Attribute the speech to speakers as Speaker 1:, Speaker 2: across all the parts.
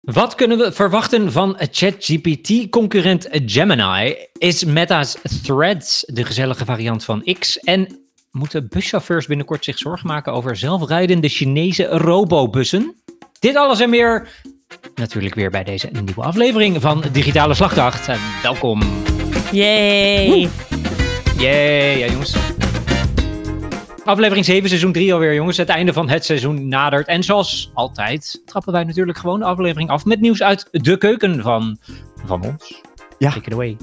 Speaker 1: Wat kunnen we verwachten van ChatGPT-concurrent Gemini? Is Meta's Threads de gezellige variant van X? En moeten buschauffeurs binnenkort zich zorgen maken over zelfrijdende Chinese robobussen? Dit alles en meer natuurlijk weer bij deze nieuwe aflevering van Digitale Slagdacht. En welkom.
Speaker 2: Yay!
Speaker 1: Yay, ja jongens. Aflevering 7, seizoen 3 alweer, jongens. Het einde van het seizoen nadert. En zoals altijd trappen wij natuurlijk gewoon de aflevering af met nieuws uit de keuken van, van ons.
Speaker 3: Ja.
Speaker 1: Take it away.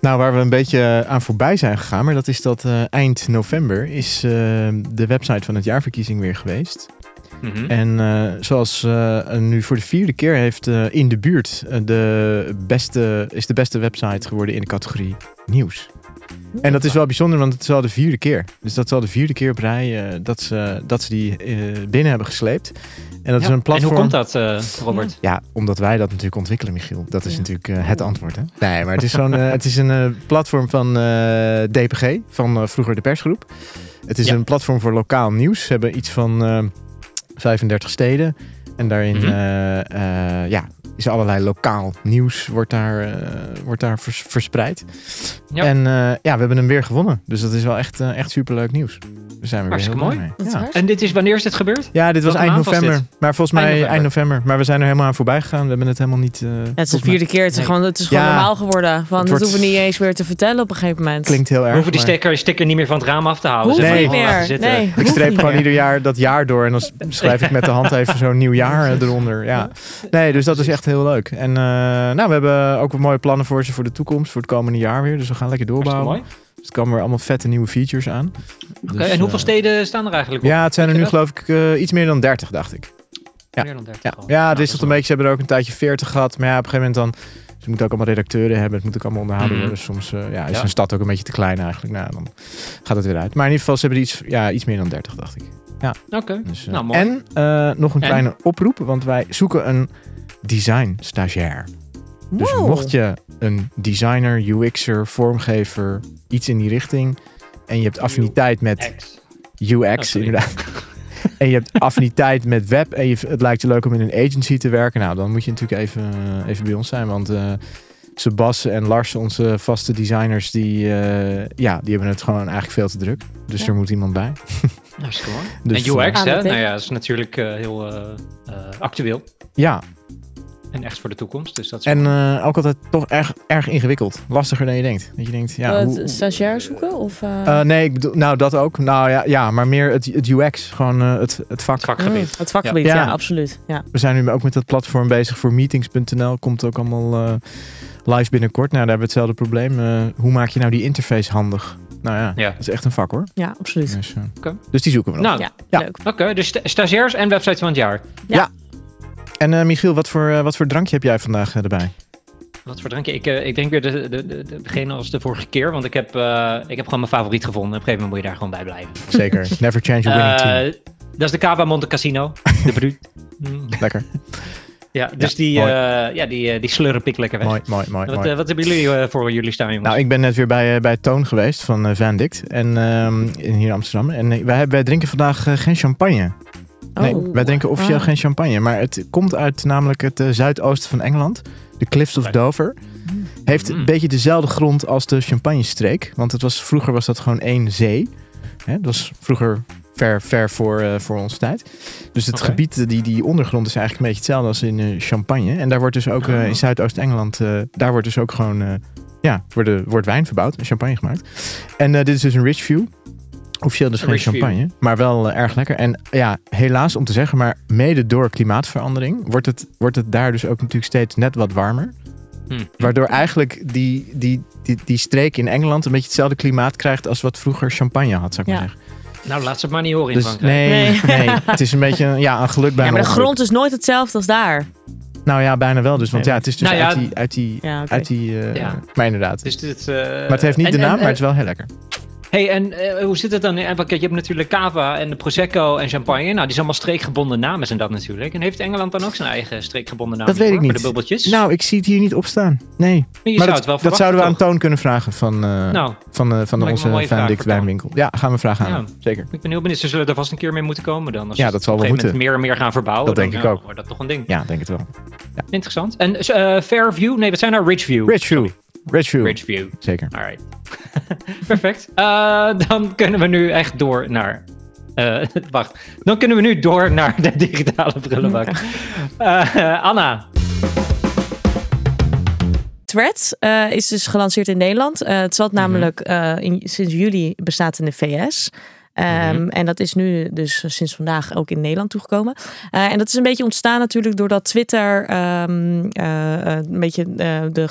Speaker 3: Nou, waar we een beetje aan voorbij zijn gegaan, maar dat is dat eh, eind november is eh, de website van het jaarverkiezing weer geweest.
Speaker 1: Mhm.
Speaker 3: En eh, zoals eh, nu voor de vierde keer heeft eh, in de buurt eh, de beste, is de beste website geworden in de categorie nieuws. En dat is wel bijzonder, want het is al de vierde keer. Dus dat is al de vierde keer op rij eh, dat, ze, dat ze die eh, binnen hebben gesleept. En dat
Speaker 1: Ja.
Speaker 3: is een platform.
Speaker 1: En hoe komt dat, eh, Robert?
Speaker 3: Ja, omdat wij dat natuurlijk ontwikkelen, Michiel. Dat is
Speaker 2: Ja.
Speaker 3: natuurlijk eh, het antwoord, hè? Nee, maar het is, zo'n, eh, het is een eh, platform van eh, DPG, van eh, vroeger de persgroep. Het is
Speaker 1: Ja.
Speaker 3: een platform voor lokaal nieuws. Ze hebben iets van eh, 35 steden. En daarin
Speaker 1: Mhm.
Speaker 3: eh, eh, ja, is allerlei lokaal nieuws wordt daar, eh, wordt daar vers- verspreid.
Speaker 1: Ja.
Speaker 3: En eh, ja, we hebben hem weer gewonnen. Dus dat is wel echt, eh, echt superleuk nieuws. Daar zijn we
Speaker 1: Hartstikke
Speaker 3: weer heel
Speaker 1: mooi.
Speaker 3: blij
Speaker 2: Dat
Speaker 3: mee.
Speaker 2: is
Speaker 3: Ja.
Speaker 2: hartstikke
Speaker 1: En dit is wanneer is dit gebeurd?
Speaker 3: Ja, dit was
Speaker 1: Welke
Speaker 3: eind
Speaker 1: maand was
Speaker 3: november. Maar volgens mij eind
Speaker 1: Eind
Speaker 3: november.
Speaker 1: november.
Speaker 3: Maar we zijn er helemaal aan voorbij gegaan. We hebben het helemaal niet... eh,
Speaker 2: Ja, het is
Speaker 3: volgens
Speaker 2: de vierde keer. Het is
Speaker 1: Nee.
Speaker 2: gewoon, het is gewoon
Speaker 3: Ja.
Speaker 2: normaal geworden. Van, dat
Speaker 3: Het wordt-
Speaker 2: hoeven we niet eens meer te vertellen op een gegeven moment.
Speaker 3: mij- Klinkt heel
Speaker 1: We
Speaker 3: erg.
Speaker 1: hoeven die
Speaker 3: maar
Speaker 1: sticker, sticker niet meer van het raam af te houden.
Speaker 2: Hoeft
Speaker 1: Ze
Speaker 3: Nee.
Speaker 2: niet
Speaker 1: hebben hem gewoon
Speaker 2: meer.
Speaker 1: laten zitten.
Speaker 2: Nee,
Speaker 3: Ik
Speaker 2: hoeft
Speaker 3: streep
Speaker 2: niet
Speaker 3: gewoon
Speaker 2: meer.
Speaker 3: ieder jaar dat jaar door. En dan s- schrijf ik met de hand even zo'n nieuw jaar eh, eronder. Ja. Nee, dus dat is echt heel leuk. En eh, nou, we hebben ook wat mooie plannen voor ze voor de toekomst. Voor het komende jaar weer. Dus we gaan lekker
Speaker 1: Hartstikke
Speaker 3: doorbouwen.
Speaker 1: mooi.
Speaker 3: Dus er komen weer allemaal vette nieuwe features aan. Dus, eh,
Speaker 1: Oké, en hoeveel steden staan er eigenlijk op?
Speaker 3: Ja, het zijn er nu
Speaker 1: Weet je
Speaker 3: geloof ik eh, iets meer dan 30, dacht ik. ja.
Speaker 1: Meer dan 30
Speaker 3: Ja,
Speaker 1: al.
Speaker 3: ja
Speaker 1: Nou,
Speaker 3: het is
Speaker 1: dat
Speaker 3: tot een beetje. Ze hebben er ook een tijdje 40 gehad. Maar ja, op een gegeven moment dan. Ze moeten ook allemaal redacteuren hebben. Het moet ook allemaal onderhouden
Speaker 1: Mhm.
Speaker 3: worden. Soms eh, ja, is
Speaker 1: Ja.
Speaker 3: een stad ook een beetje te klein eigenlijk. Nou, dan gaat het weer uit. Maar in ieder geval, ze hebben er iets, ja, iets meer dan 30, dacht ik.
Speaker 1: Oké.
Speaker 3: Dus, eh,
Speaker 1: Nou, mooi.
Speaker 3: En eh, nog een
Speaker 1: En?
Speaker 3: kleine oproep, want wij zoeken een design stagiair. Dus
Speaker 2: Wow.
Speaker 3: mocht je een designer, UX'er, vormgever, iets in die richting. En je hebt affiniteit met
Speaker 1: Ex. Oh,
Speaker 3: UX,
Speaker 1: sorry.
Speaker 3: inderdaad. En je hebt affiniteit met web en je, het lijkt je leuk om in een agency te werken. Nou, dan moet je natuurlijk even, eh, even bij ons zijn. Want eh Sebas en Lars, onze vaste designers, die, eh, ja, die hebben het gewoon eigenlijk veel te druk. Dus
Speaker 2: Ja.
Speaker 3: er moet iemand bij.
Speaker 1: Hartstikke mooi.
Speaker 3: Dus,
Speaker 1: en UX, hè?
Speaker 2: Aan het, hè?
Speaker 1: Nou ja, dat is natuurlijk eh, heel eh, eh, actueel
Speaker 3: Ja,
Speaker 1: en echt voor de toekomst. Dus dat is
Speaker 3: En eh, ook altijd toch erg, erg ingewikkeld. Lastiger dan je denkt. Dat je denkt, ja,
Speaker 2: Eh,
Speaker 3: hoe-
Speaker 2: het stagiair zoeken? Of, eh,
Speaker 3: Eh, nee, ik bedoel, nou dat ook. Nou ja, ja maar meer het, het UX, gewoon eh, het, het vak.
Speaker 1: het vakgebied.
Speaker 2: mm, het vakgebied,
Speaker 3: Ja.
Speaker 2: ja,
Speaker 3: Ja.
Speaker 2: absoluut. Ja.
Speaker 3: We zijn nu ook met dat platform bezig voor meetings.nl. Komt ook allemaal eh, live binnenkort. Nou, daar hebben we hetzelfde probleem. Eh, hoe maak je nou die interface handig? Nou ja,
Speaker 1: Ja.
Speaker 3: dat is echt een vak hoor.
Speaker 2: ja, absoluut.
Speaker 3: Dus, eh,
Speaker 1: Oké.
Speaker 3: dus die zoeken we nog.
Speaker 1: Nou,
Speaker 2: Ja,
Speaker 3: Ja.
Speaker 2: leuk.
Speaker 1: oké. Dus sta- stagiairs en website van het jaar.
Speaker 3: En eh, Michiel, wat voor, eh, wat voor drankje heb jij vandaag eh, erbij?
Speaker 1: Wat voor drankje? Ik, eh, ik denk weer de, de, de, de- degene als de vorige keer, want ik heb, eh, ik heb gewoon mijn favoriet gevonden. Op een gegeven moment moet je daar gewoon bij blijven.
Speaker 3: Zeker. Never change a winning team.
Speaker 1: Eh, dat is de Cava Monte Casino. De Brut. Mm.
Speaker 3: Lekker.
Speaker 1: Ja, dus die,
Speaker 3: mooi.
Speaker 1: eh, ja, die, eh, die slurp ik lekker weg.
Speaker 3: Mooi, mooi, mooi.
Speaker 1: Wat,
Speaker 3: mooi.
Speaker 1: eh, wat hebben jullie eh, voor jullie staan, jongens?
Speaker 3: Nou, ik ben net weer bij, eh, bij Toon geweest van eh, Van Dict. En ehm, in, hier in Amsterdam. En eh, wij, hebben- wij drinken vandaag eh, geen champagne. Nee,
Speaker 2: Oh.
Speaker 3: wij drinken officieel
Speaker 2: Ah.
Speaker 3: geen champagne. Maar het komt uit namelijk het eh, zuidoosten van Engeland. De Cliffs of
Speaker 1: Kijk.
Speaker 3: Dover.
Speaker 2: Hmm.
Speaker 3: Heeft
Speaker 1: Mm.
Speaker 3: een beetje dezelfde grond als de champagnestreek. Want het was, vroeger was dat gewoon één zee. Hè, dat was vroeger ver, ver voor, eh, voor onze tijd. Dus het
Speaker 1: Oké.
Speaker 3: gebied, eh, die, die ondergrond is eigenlijk een beetje hetzelfde als in eh, Champagne. En daar wordt dus ook eh,
Speaker 1: Ah.
Speaker 3: in Zuidoost-Engeland, eh, daar wordt dus ook gewoon, eh, ja, worden, wordt wijn verbouwd en champagne gemaakt. En eh, dit is dus een rich view. Officieel dus
Speaker 1: Een
Speaker 3: geen
Speaker 1: rich view.
Speaker 3: champagne, maar wel eh, erg lekker. En ja, helaas om te zeggen, maar mede door klimaatverandering wordt het, wordt het daar dus ook natuurlijk steeds net wat warmer.
Speaker 1: Hm.
Speaker 3: Waardoor eigenlijk die, die, die, die streek in Engeland een beetje hetzelfde klimaat krijgt als wat vroeger champagne had, zou ik
Speaker 2: Ja.
Speaker 3: maar zeggen.
Speaker 1: Nou, laat ze het maar niet horen in
Speaker 3: Dus
Speaker 1: Frankrijk.
Speaker 3: nee, nee.
Speaker 2: Nee.
Speaker 3: het is een beetje een- ja, een geluk bij
Speaker 2: Ja, maar de
Speaker 3: een ongeluk.
Speaker 2: grond is nooit hetzelfde als daar.
Speaker 3: Nou ja, bijna wel dus. Want ja, het is dus
Speaker 1: Nou ja,
Speaker 3: uit die... Uit die,
Speaker 2: Ja, oké.
Speaker 3: uit die eh,
Speaker 1: Ja.
Speaker 3: Maar inderdaad.
Speaker 1: Dus dit,
Speaker 3: maar het heeft niet de naam, maar het is wel heel lekker.
Speaker 1: hey, en eh, hoe zit het dan? in- want kijk, Je hebt natuurlijk cava en de prosecco en champagne. Nou, die zijn allemaal streekgebonden namen zijn dat natuurlijk. En heeft Engeland dan ook zijn eigen streekgebonden naam?
Speaker 3: Dat weet ik
Speaker 1: voor,
Speaker 3: niet.
Speaker 1: Voor de bubbeltjes?
Speaker 3: Nou, ik zie het hier niet opstaan. Nee.
Speaker 1: je
Speaker 3: maar
Speaker 1: zou
Speaker 3: dat,
Speaker 1: het wel
Speaker 3: dat
Speaker 1: verwachten,
Speaker 3: zouden we aan
Speaker 1: toch?
Speaker 3: Toon kunnen vragen van, eh,
Speaker 1: Nou,
Speaker 3: van, eh, van
Speaker 1: me een
Speaker 3: onze
Speaker 1: mooie
Speaker 3: Van
Speaker 1: vraag
Speaker 3: Dix
Speaker 1: voor Toon.
Speaker 3: Wijnwinkel. Ja, gaan we vragen aan
Speaker 1: Ja.
Speaker 3: hem. Zeker.
Speaker 1: ik ben heel benieuwd. Ze zullen er vast een keer mee moeten komen dan. Als
Speaker 3: Ja,
Speaker 1: ze
Speaker 3: dat zal
Speaker 1: op een
Speaker 3: wel
Speaker 1: gegeven moment meer en meer gaan verbouwen.
Speaker 3: Dat
Speaker 1: dan,
Speaker 3: denk ik
Speaker 1: ja,
Speaker 3: ook.
Speaker 1: Wordt dat toch een ding?
Speaker 3: Ja, denk het wel.
Speaker 1: Interessant. En eh, Fairview? Nee, wat zijn nou? Ridgeview.
Speaker 3: Ridgeview. Ridgeview.
Speaker 1: Ridgeview.
Speaker 3: Zeker.
Speaker 1: Alright. Perfect. Eh, dan kunnen we nu echt door naar. eh, wacht. Dan kunnen we nu door naar de digitale prullenbak. Eh, Anna.
Speaker 2: Threads eh, is dus gelanceerd in Nederland. Eh, het zat namelijk eh, in, sinds juli bestaat in de VS. Ehm, En dat is nu dus sinds vandaag ook in Nederland toegekomen. Eh, en dat is een beetje ontstaan natuurlijk doordat Twitter ehm, eh, eh, een beetje eh, de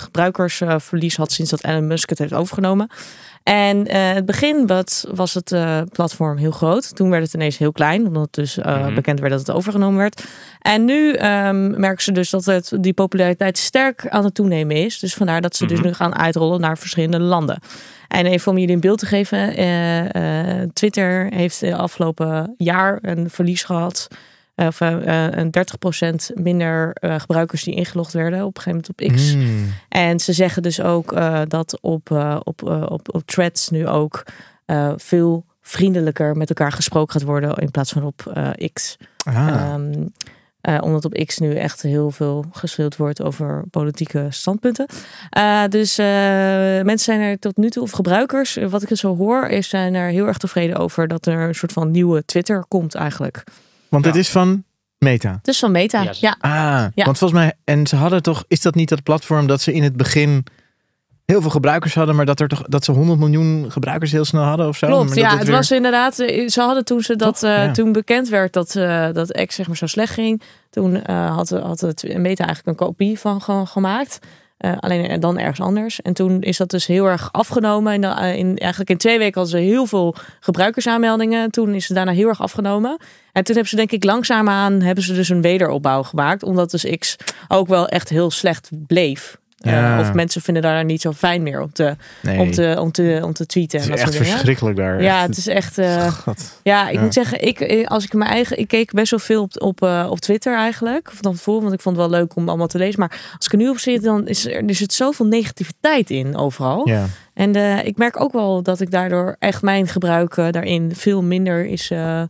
Speaker 2: gebruikersverlies had sinds dat Elon Musk het heeft overgenomen. En eh, het begin wat, was het eh, platform heel groot. Toen werd het ineens heel klein, omdat het dus eh,
Speaker 1: Mhm.
Speaker 2: bekend werd dat het overgenomen werd. En nu ehm, merken ze dus dat het, die populariteit sterk aan het toenemen is. Dus vandaar dat ze
Speaker 1: Mhm.
Speaker 2: dus nu gaan uitrollen naar verschillende landen. En even om jullie een beeld te geven, eh, eh, Twitter heeft de afgelopen jaar een verlies gehad. Of eh, eh, een 30% minder eh, gebruikers die ingelogd werden op een gegeven moment op X.
Speaker 3: Mm.
Speaker 2: En ze zeggen dus ook eh, dat op, eh, op, eh, op, op threads nu ook eh, veel vriendelijker met elkaar gesproken gaat worden in plaats van op eh, X.
Speaker 3: Ah.
Speaker 2: Ehm, eh, omdat op X nu echt heel veel geschild wordt over politieke standpunten. Eh, dus eh, mensen zijn er tot nu toe, of gebruikers, eh, wat ik zo hoor, is zijn er heel erg tevreden over dat er een soort van nieuwe Twitter komt eigenlijk.
Speaker 3: Want het
Speaker 1: ja.
Speaker 3: is van Meta.
Speaker 2: Dus van Meta.
Speaker 1: Yes.
Speaker 2: Ja,
Speaker 3: Ah,
Speaker 2: Ja.
Speaker 3: want volgens mij, en ze hadden toch, is dat niet dat platform dat ze in het begin heel veel gebruikers hadden, maar dat, er toch, dat ze 100 miljoen gebruikers heel snel hadden of zo?
Speaker 2: Klopt,
Speaker 3: Oh, Maar
Speaker 2: ja.
Speaker 3: dat
Speaker 2: Het
Speaker 3: weer-
Speaker 2: was inderdaad, eh, ze hadden toen ze dat,
Speaker 3: Toch?
Speaker 2: eh,
Speaker 3: Ja.
Speaker 2: toen bekend werd dat, eh dat X zeg maar zo slecht ging, toen eh, had, had het Meta eigenlijk een kopie van ge- gemaakt. Eh, alleen dan ergens anders. En toen is dat dus heel erg afgenomen. En dan, eh, in, eigenlijk in twee weken hadden ze heel veel gebruikersaanmeldingen. Toen is het daarna heel erg afgenomen. En toen hebben ze denk ik langzaamaan hebben ze dus een wederopbouw gemaakt. Omdat dus X ook wel echt heel slecht bleef. Eh,
Speaker 3: Ja.
Speaker 2: of mensen vinden daar niet zo fijn meer om te,
Speaker 3: nee,
Speaker 2: om te, om te, om te tweeten.
Speaker 3: het
Speaker 2: en
Speaker 3: is
Speaker 2: dat
Speaker 3: echt
Speaker 2: soort dingen.
Speaker 3: verschrikkelijk daar.
Speaker 2: Ja,
Speaker 3: Echt,
Speaker 2: het is echt. eh,
Speaker 3: God.
Speaker 2: ja, ik
Speaker 3: Ja.
Speaker 2: moet zeggen, ik, eh, als ik mijn eigen. Ik keek best wel veel op, op, eh, op Twitter eigenlijk. Van tevoren, want ik vond het wel leuk om allemaal te lezen. Maar als ik er nu op zit, dan is er, er zit zoveel negativiteit in overal.
Speaker 3: Ja.
Speaker 2: En eh, ik merk ook wel dat ik daardoor echt mijn gebruik eh, daarin veel minder is eh,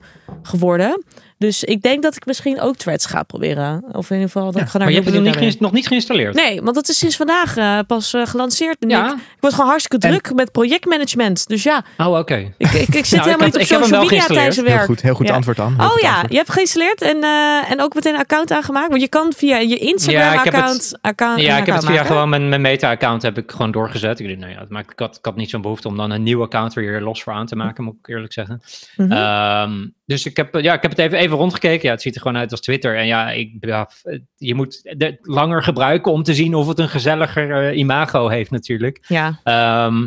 Speaker 2: geworden. Dus ik denk dat ik misschien ook threads ga proberen. Of in ieder geval dat ik ga naar
Speaker 1: Maar je hebt het nog niet, geïns-
Speaker 2: geïnstalleerd.
Speaker 1: nog niet geïnstalleerd.
Speaker 2: Nee, want dat is sinds vandaag eh, pas eh, gelanceerd. Nick.
Speaker 1: Ja?
Speaker 2: Ik word gewoon hartstikke
Speaker 3: En-
Speaker 2: druk met projectmanagement. Dus ja,
Speaker 1: Oh, oké.
Speaker 2: ik, ik, ik zit
Speaker 1: Nou, ik
Speaker 2: helemaal
Speaker 1: had- ik heb hem
Speaker 2: niet op
Speaker 1: wel
Speaker 2: social media
Speaker 1: geïnstalleerd.
Speaker 2: tijdens
Speaker 1: Heel
Speaker 2: werk.
Speaker 3: Heel goed, heel goed
Speaker 2: Ja.
Speaker 3: antwoord aan. Heel
Speaker 2: Oh
Speaker 3: goed
Speaker 2: ja,
Speaker 3: antwoord.
Speaker 2: je hebt geïnstalleerd en, eh, en ook meteen een account aangemaakt. Want je kan via je
Speaker 1: Ja, ik heb
Speaker 2: Instagram-account.
Speaker 1: het-
Speaker 2: account,
Speaker 1: Ja,
Speaker 2: een
Speaker 1: ik heb het
Speaker 2: account
Speaker 1: via
Speaker 2: maken.
Speaker 1: gewoon mijn, mijn meta-account heb ik gewoon doorgezet. Ik, dacht, nou ja, het maakt, ik, had, ik had niet zo'n behoefte om dan een nieuw account er weer los voor aan te maken, moet ik eerlijk zeggen.
Speaker 2: Mhm.
Speaker 1: Ehm, dus ik heb, ja, ik heb het even, even rondgekeken. Ja, het ziet er gewoon uit als Twitter. En ja, ik, ja, f- het- je moet het langer gebruiken om te zien of het een gezelliger eh, imago heeft natuurlijk.
Speaker 2: Ja,
Speaker 1: Ehm,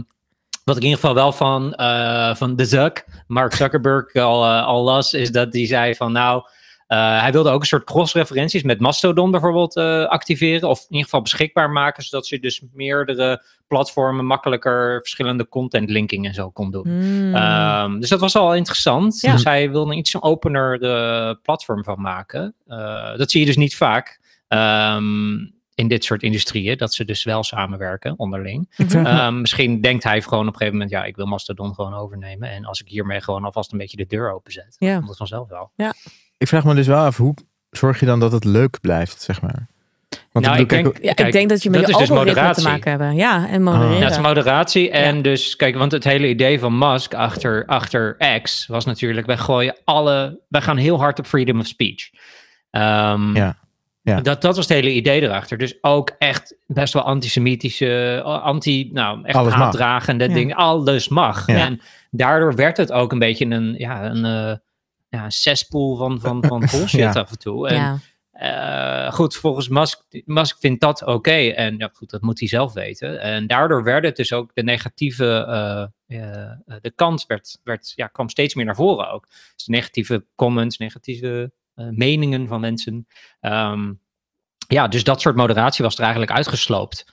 Speaker 1: wat ik in ieder geval wel van, eh, van de Zuck, Mark Zuckerberg, al, eh, al las, is dat die zei van nou, eh, hij wilde ook een soort cross-referenties met Mastodon bijvoorbeeld eh, activeren. Of in ieder geval beschikbaar maken, zodat je dus meerdere platformen makkelijker verschillende content linking en zo kon doen.
Speaker 2: Hmm.
Speaker 1: Ehm, dus dat was al interessant.
Speaker 2: Ja.
Speaker 1: Dus hij wilde er iets een opener eh, platform van maken. Eh, dat zie je dus niet vaak ehm, in dit soort industrieën, dat ze dus wel samenwerken onderling.
Speaker 3: Ik
Speaker 2: Mhm.
Speaker 3: vraag me-
Speaker 1: Ehm, misschien denkt hij gewoon op een gegeven moment, ja, ik wil Mastodon gewoon overnemen. En als ik hiermee gewoon alvast een beetje de deur openzet,
Speaker 2: Ja.
Speaker 1: dan komt het vanzelf wel.
Speaker 3: ik vraag me dus wel af, hoe zorg je dan dat het leuk blijft, zeg maar? Want
Speaker 1: Nou,
Speaker 3: ik
Speaker 1: ik
Speaker 3: bedoel,
Speaker 1: denk,
Speaker 3: kijk,
Speaker 2: ja,
Speaker 1: kijk,
Speaker 2: ik denk dat je met
Speaker 1: dat
Speaker 2: je
Speaker 1: is dus
Speaker 2: algoritme te
Speaker 1: moderatie.
Speaker 2: maken hebben. Ja, en
Speaker 3: Ah.
Speaker 2: modereren.
Speaker 1: Ja, Nou, het is moderatie. En
Speaker 2: Ja.
Speaker 1: dus, kijk, want het hele idee van Musk achter, achter X was natuurlijk, wij gooien alle, wij gaan heel hard op freedom of speech. Ehm,
Speaker 3: Ja, ja.
Speaker 1: Dat, dat was het hele idee erachter. Dus ook echt best wel antisemitische, anti, nou, echt
Speaker 3: Alles mag.
Speaker 1: haatdragende
Speaker 2: Ja.
Speaker 1: dingen. Alles mag.
Speaker 3: Ja.
Speaker 1: En daardoor werd het ook een beetje een, ja, een, eh, ja, een cesspool van, van, van bullshit
Speaker 3: Ja.
Speaker 1: af en toe. En,
Speaker 2: Ja.
Speaker 1: eh, goed, volgens Musk, Musk vindt dat oké. En ja, goed, dat moet hij zelf weten. En daardoor werd het dus ook de negatieve. eh, eh, de kant werd, werd, ja, kwam steeds meer naar voren ook. Dus negatieve comments, negatieve eh, meningen van mensen. Ehm, ja, dus dat soort moderatie was er eigenlijk uitgesloopt.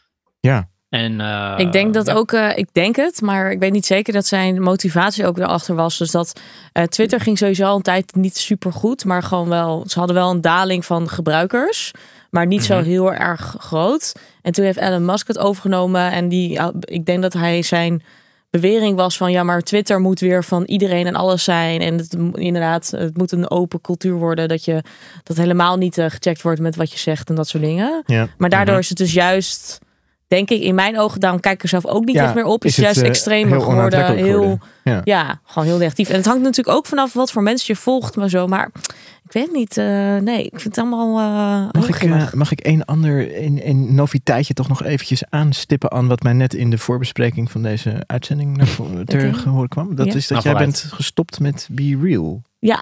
Speaker 1: En, eh,
Speaker 2: ik denk dat
Speaker 1: ja.
Speaker 2: ook, eh, ik denk het, maar ik weet niet zeker dat zijn motivatie ook erachter was. Dus dat eh, Twitter ging sowieso al een tijd niet super goed, maar gewoon wel, ze hadden wel een daling van gebruikers, maar
Speaker 1: Mhm.
Speaker 2: niet zo heel erg groot. En toen heeft Elon Musk het overgenomen en die, ja, ik denk dat hij zijn bewering was van ja, maar Twitter moet weer van iedereen en alles zijn. En het, mo- inderdaad, het moet een open cultuur worden dat je dat helemaal niet eh, gecheckt wordt met wat je zegt en dat soort dingen.
Speaker 3: Ja.
Speaker 2: Maar daardoor
Speaker 1: Mhm.
Speaker 2: is het dus juist, denk ik, in mijn ogen, daarom kijk ik er zelf ook niet
Speaker 3: Ja,
Speaker 2: echt meer op. Is,
Speaker 3: is het,
Speaker 2: juist
Speaker 3: eh,
Speaker 2: extremer
Speaker 3: heel
Speaker 2: geworden.
Speaker 3: onaantrekkelijk
Speaker 2: Heel,
Speaker 3: geworden.
Speaker 2: Ja.
Speaker 3: Ja.
Speaker 2: gewoon heel negatief. En het hangt natuurlijk ook vanaf wat voor mensen je volgt, maar zo. Maar ik weet niet. eh, nee, ik vind het allemaal. eh,
Speaker 3: Mag
Speaker 2: heel
Speaker 3: ik,
Speaker 2: grimmig.
Speaker 3: eh, mag ik een ander een, een noviteitje toch nog eventjes aanstippen aan wat mij net in de voorbespreking van deze uitzending naar voren ter
Speaker 2: Oké.
Speaker 3: gehoor kwam? Dat
Speaker 2: Ja.
Speaker 3: is
Speaker 1: Nou,
Speaker 3: dat jij
Speaker 1: vooruit.
Speaker 3: bent gestopt met Be Real.
Speaker 2: ja,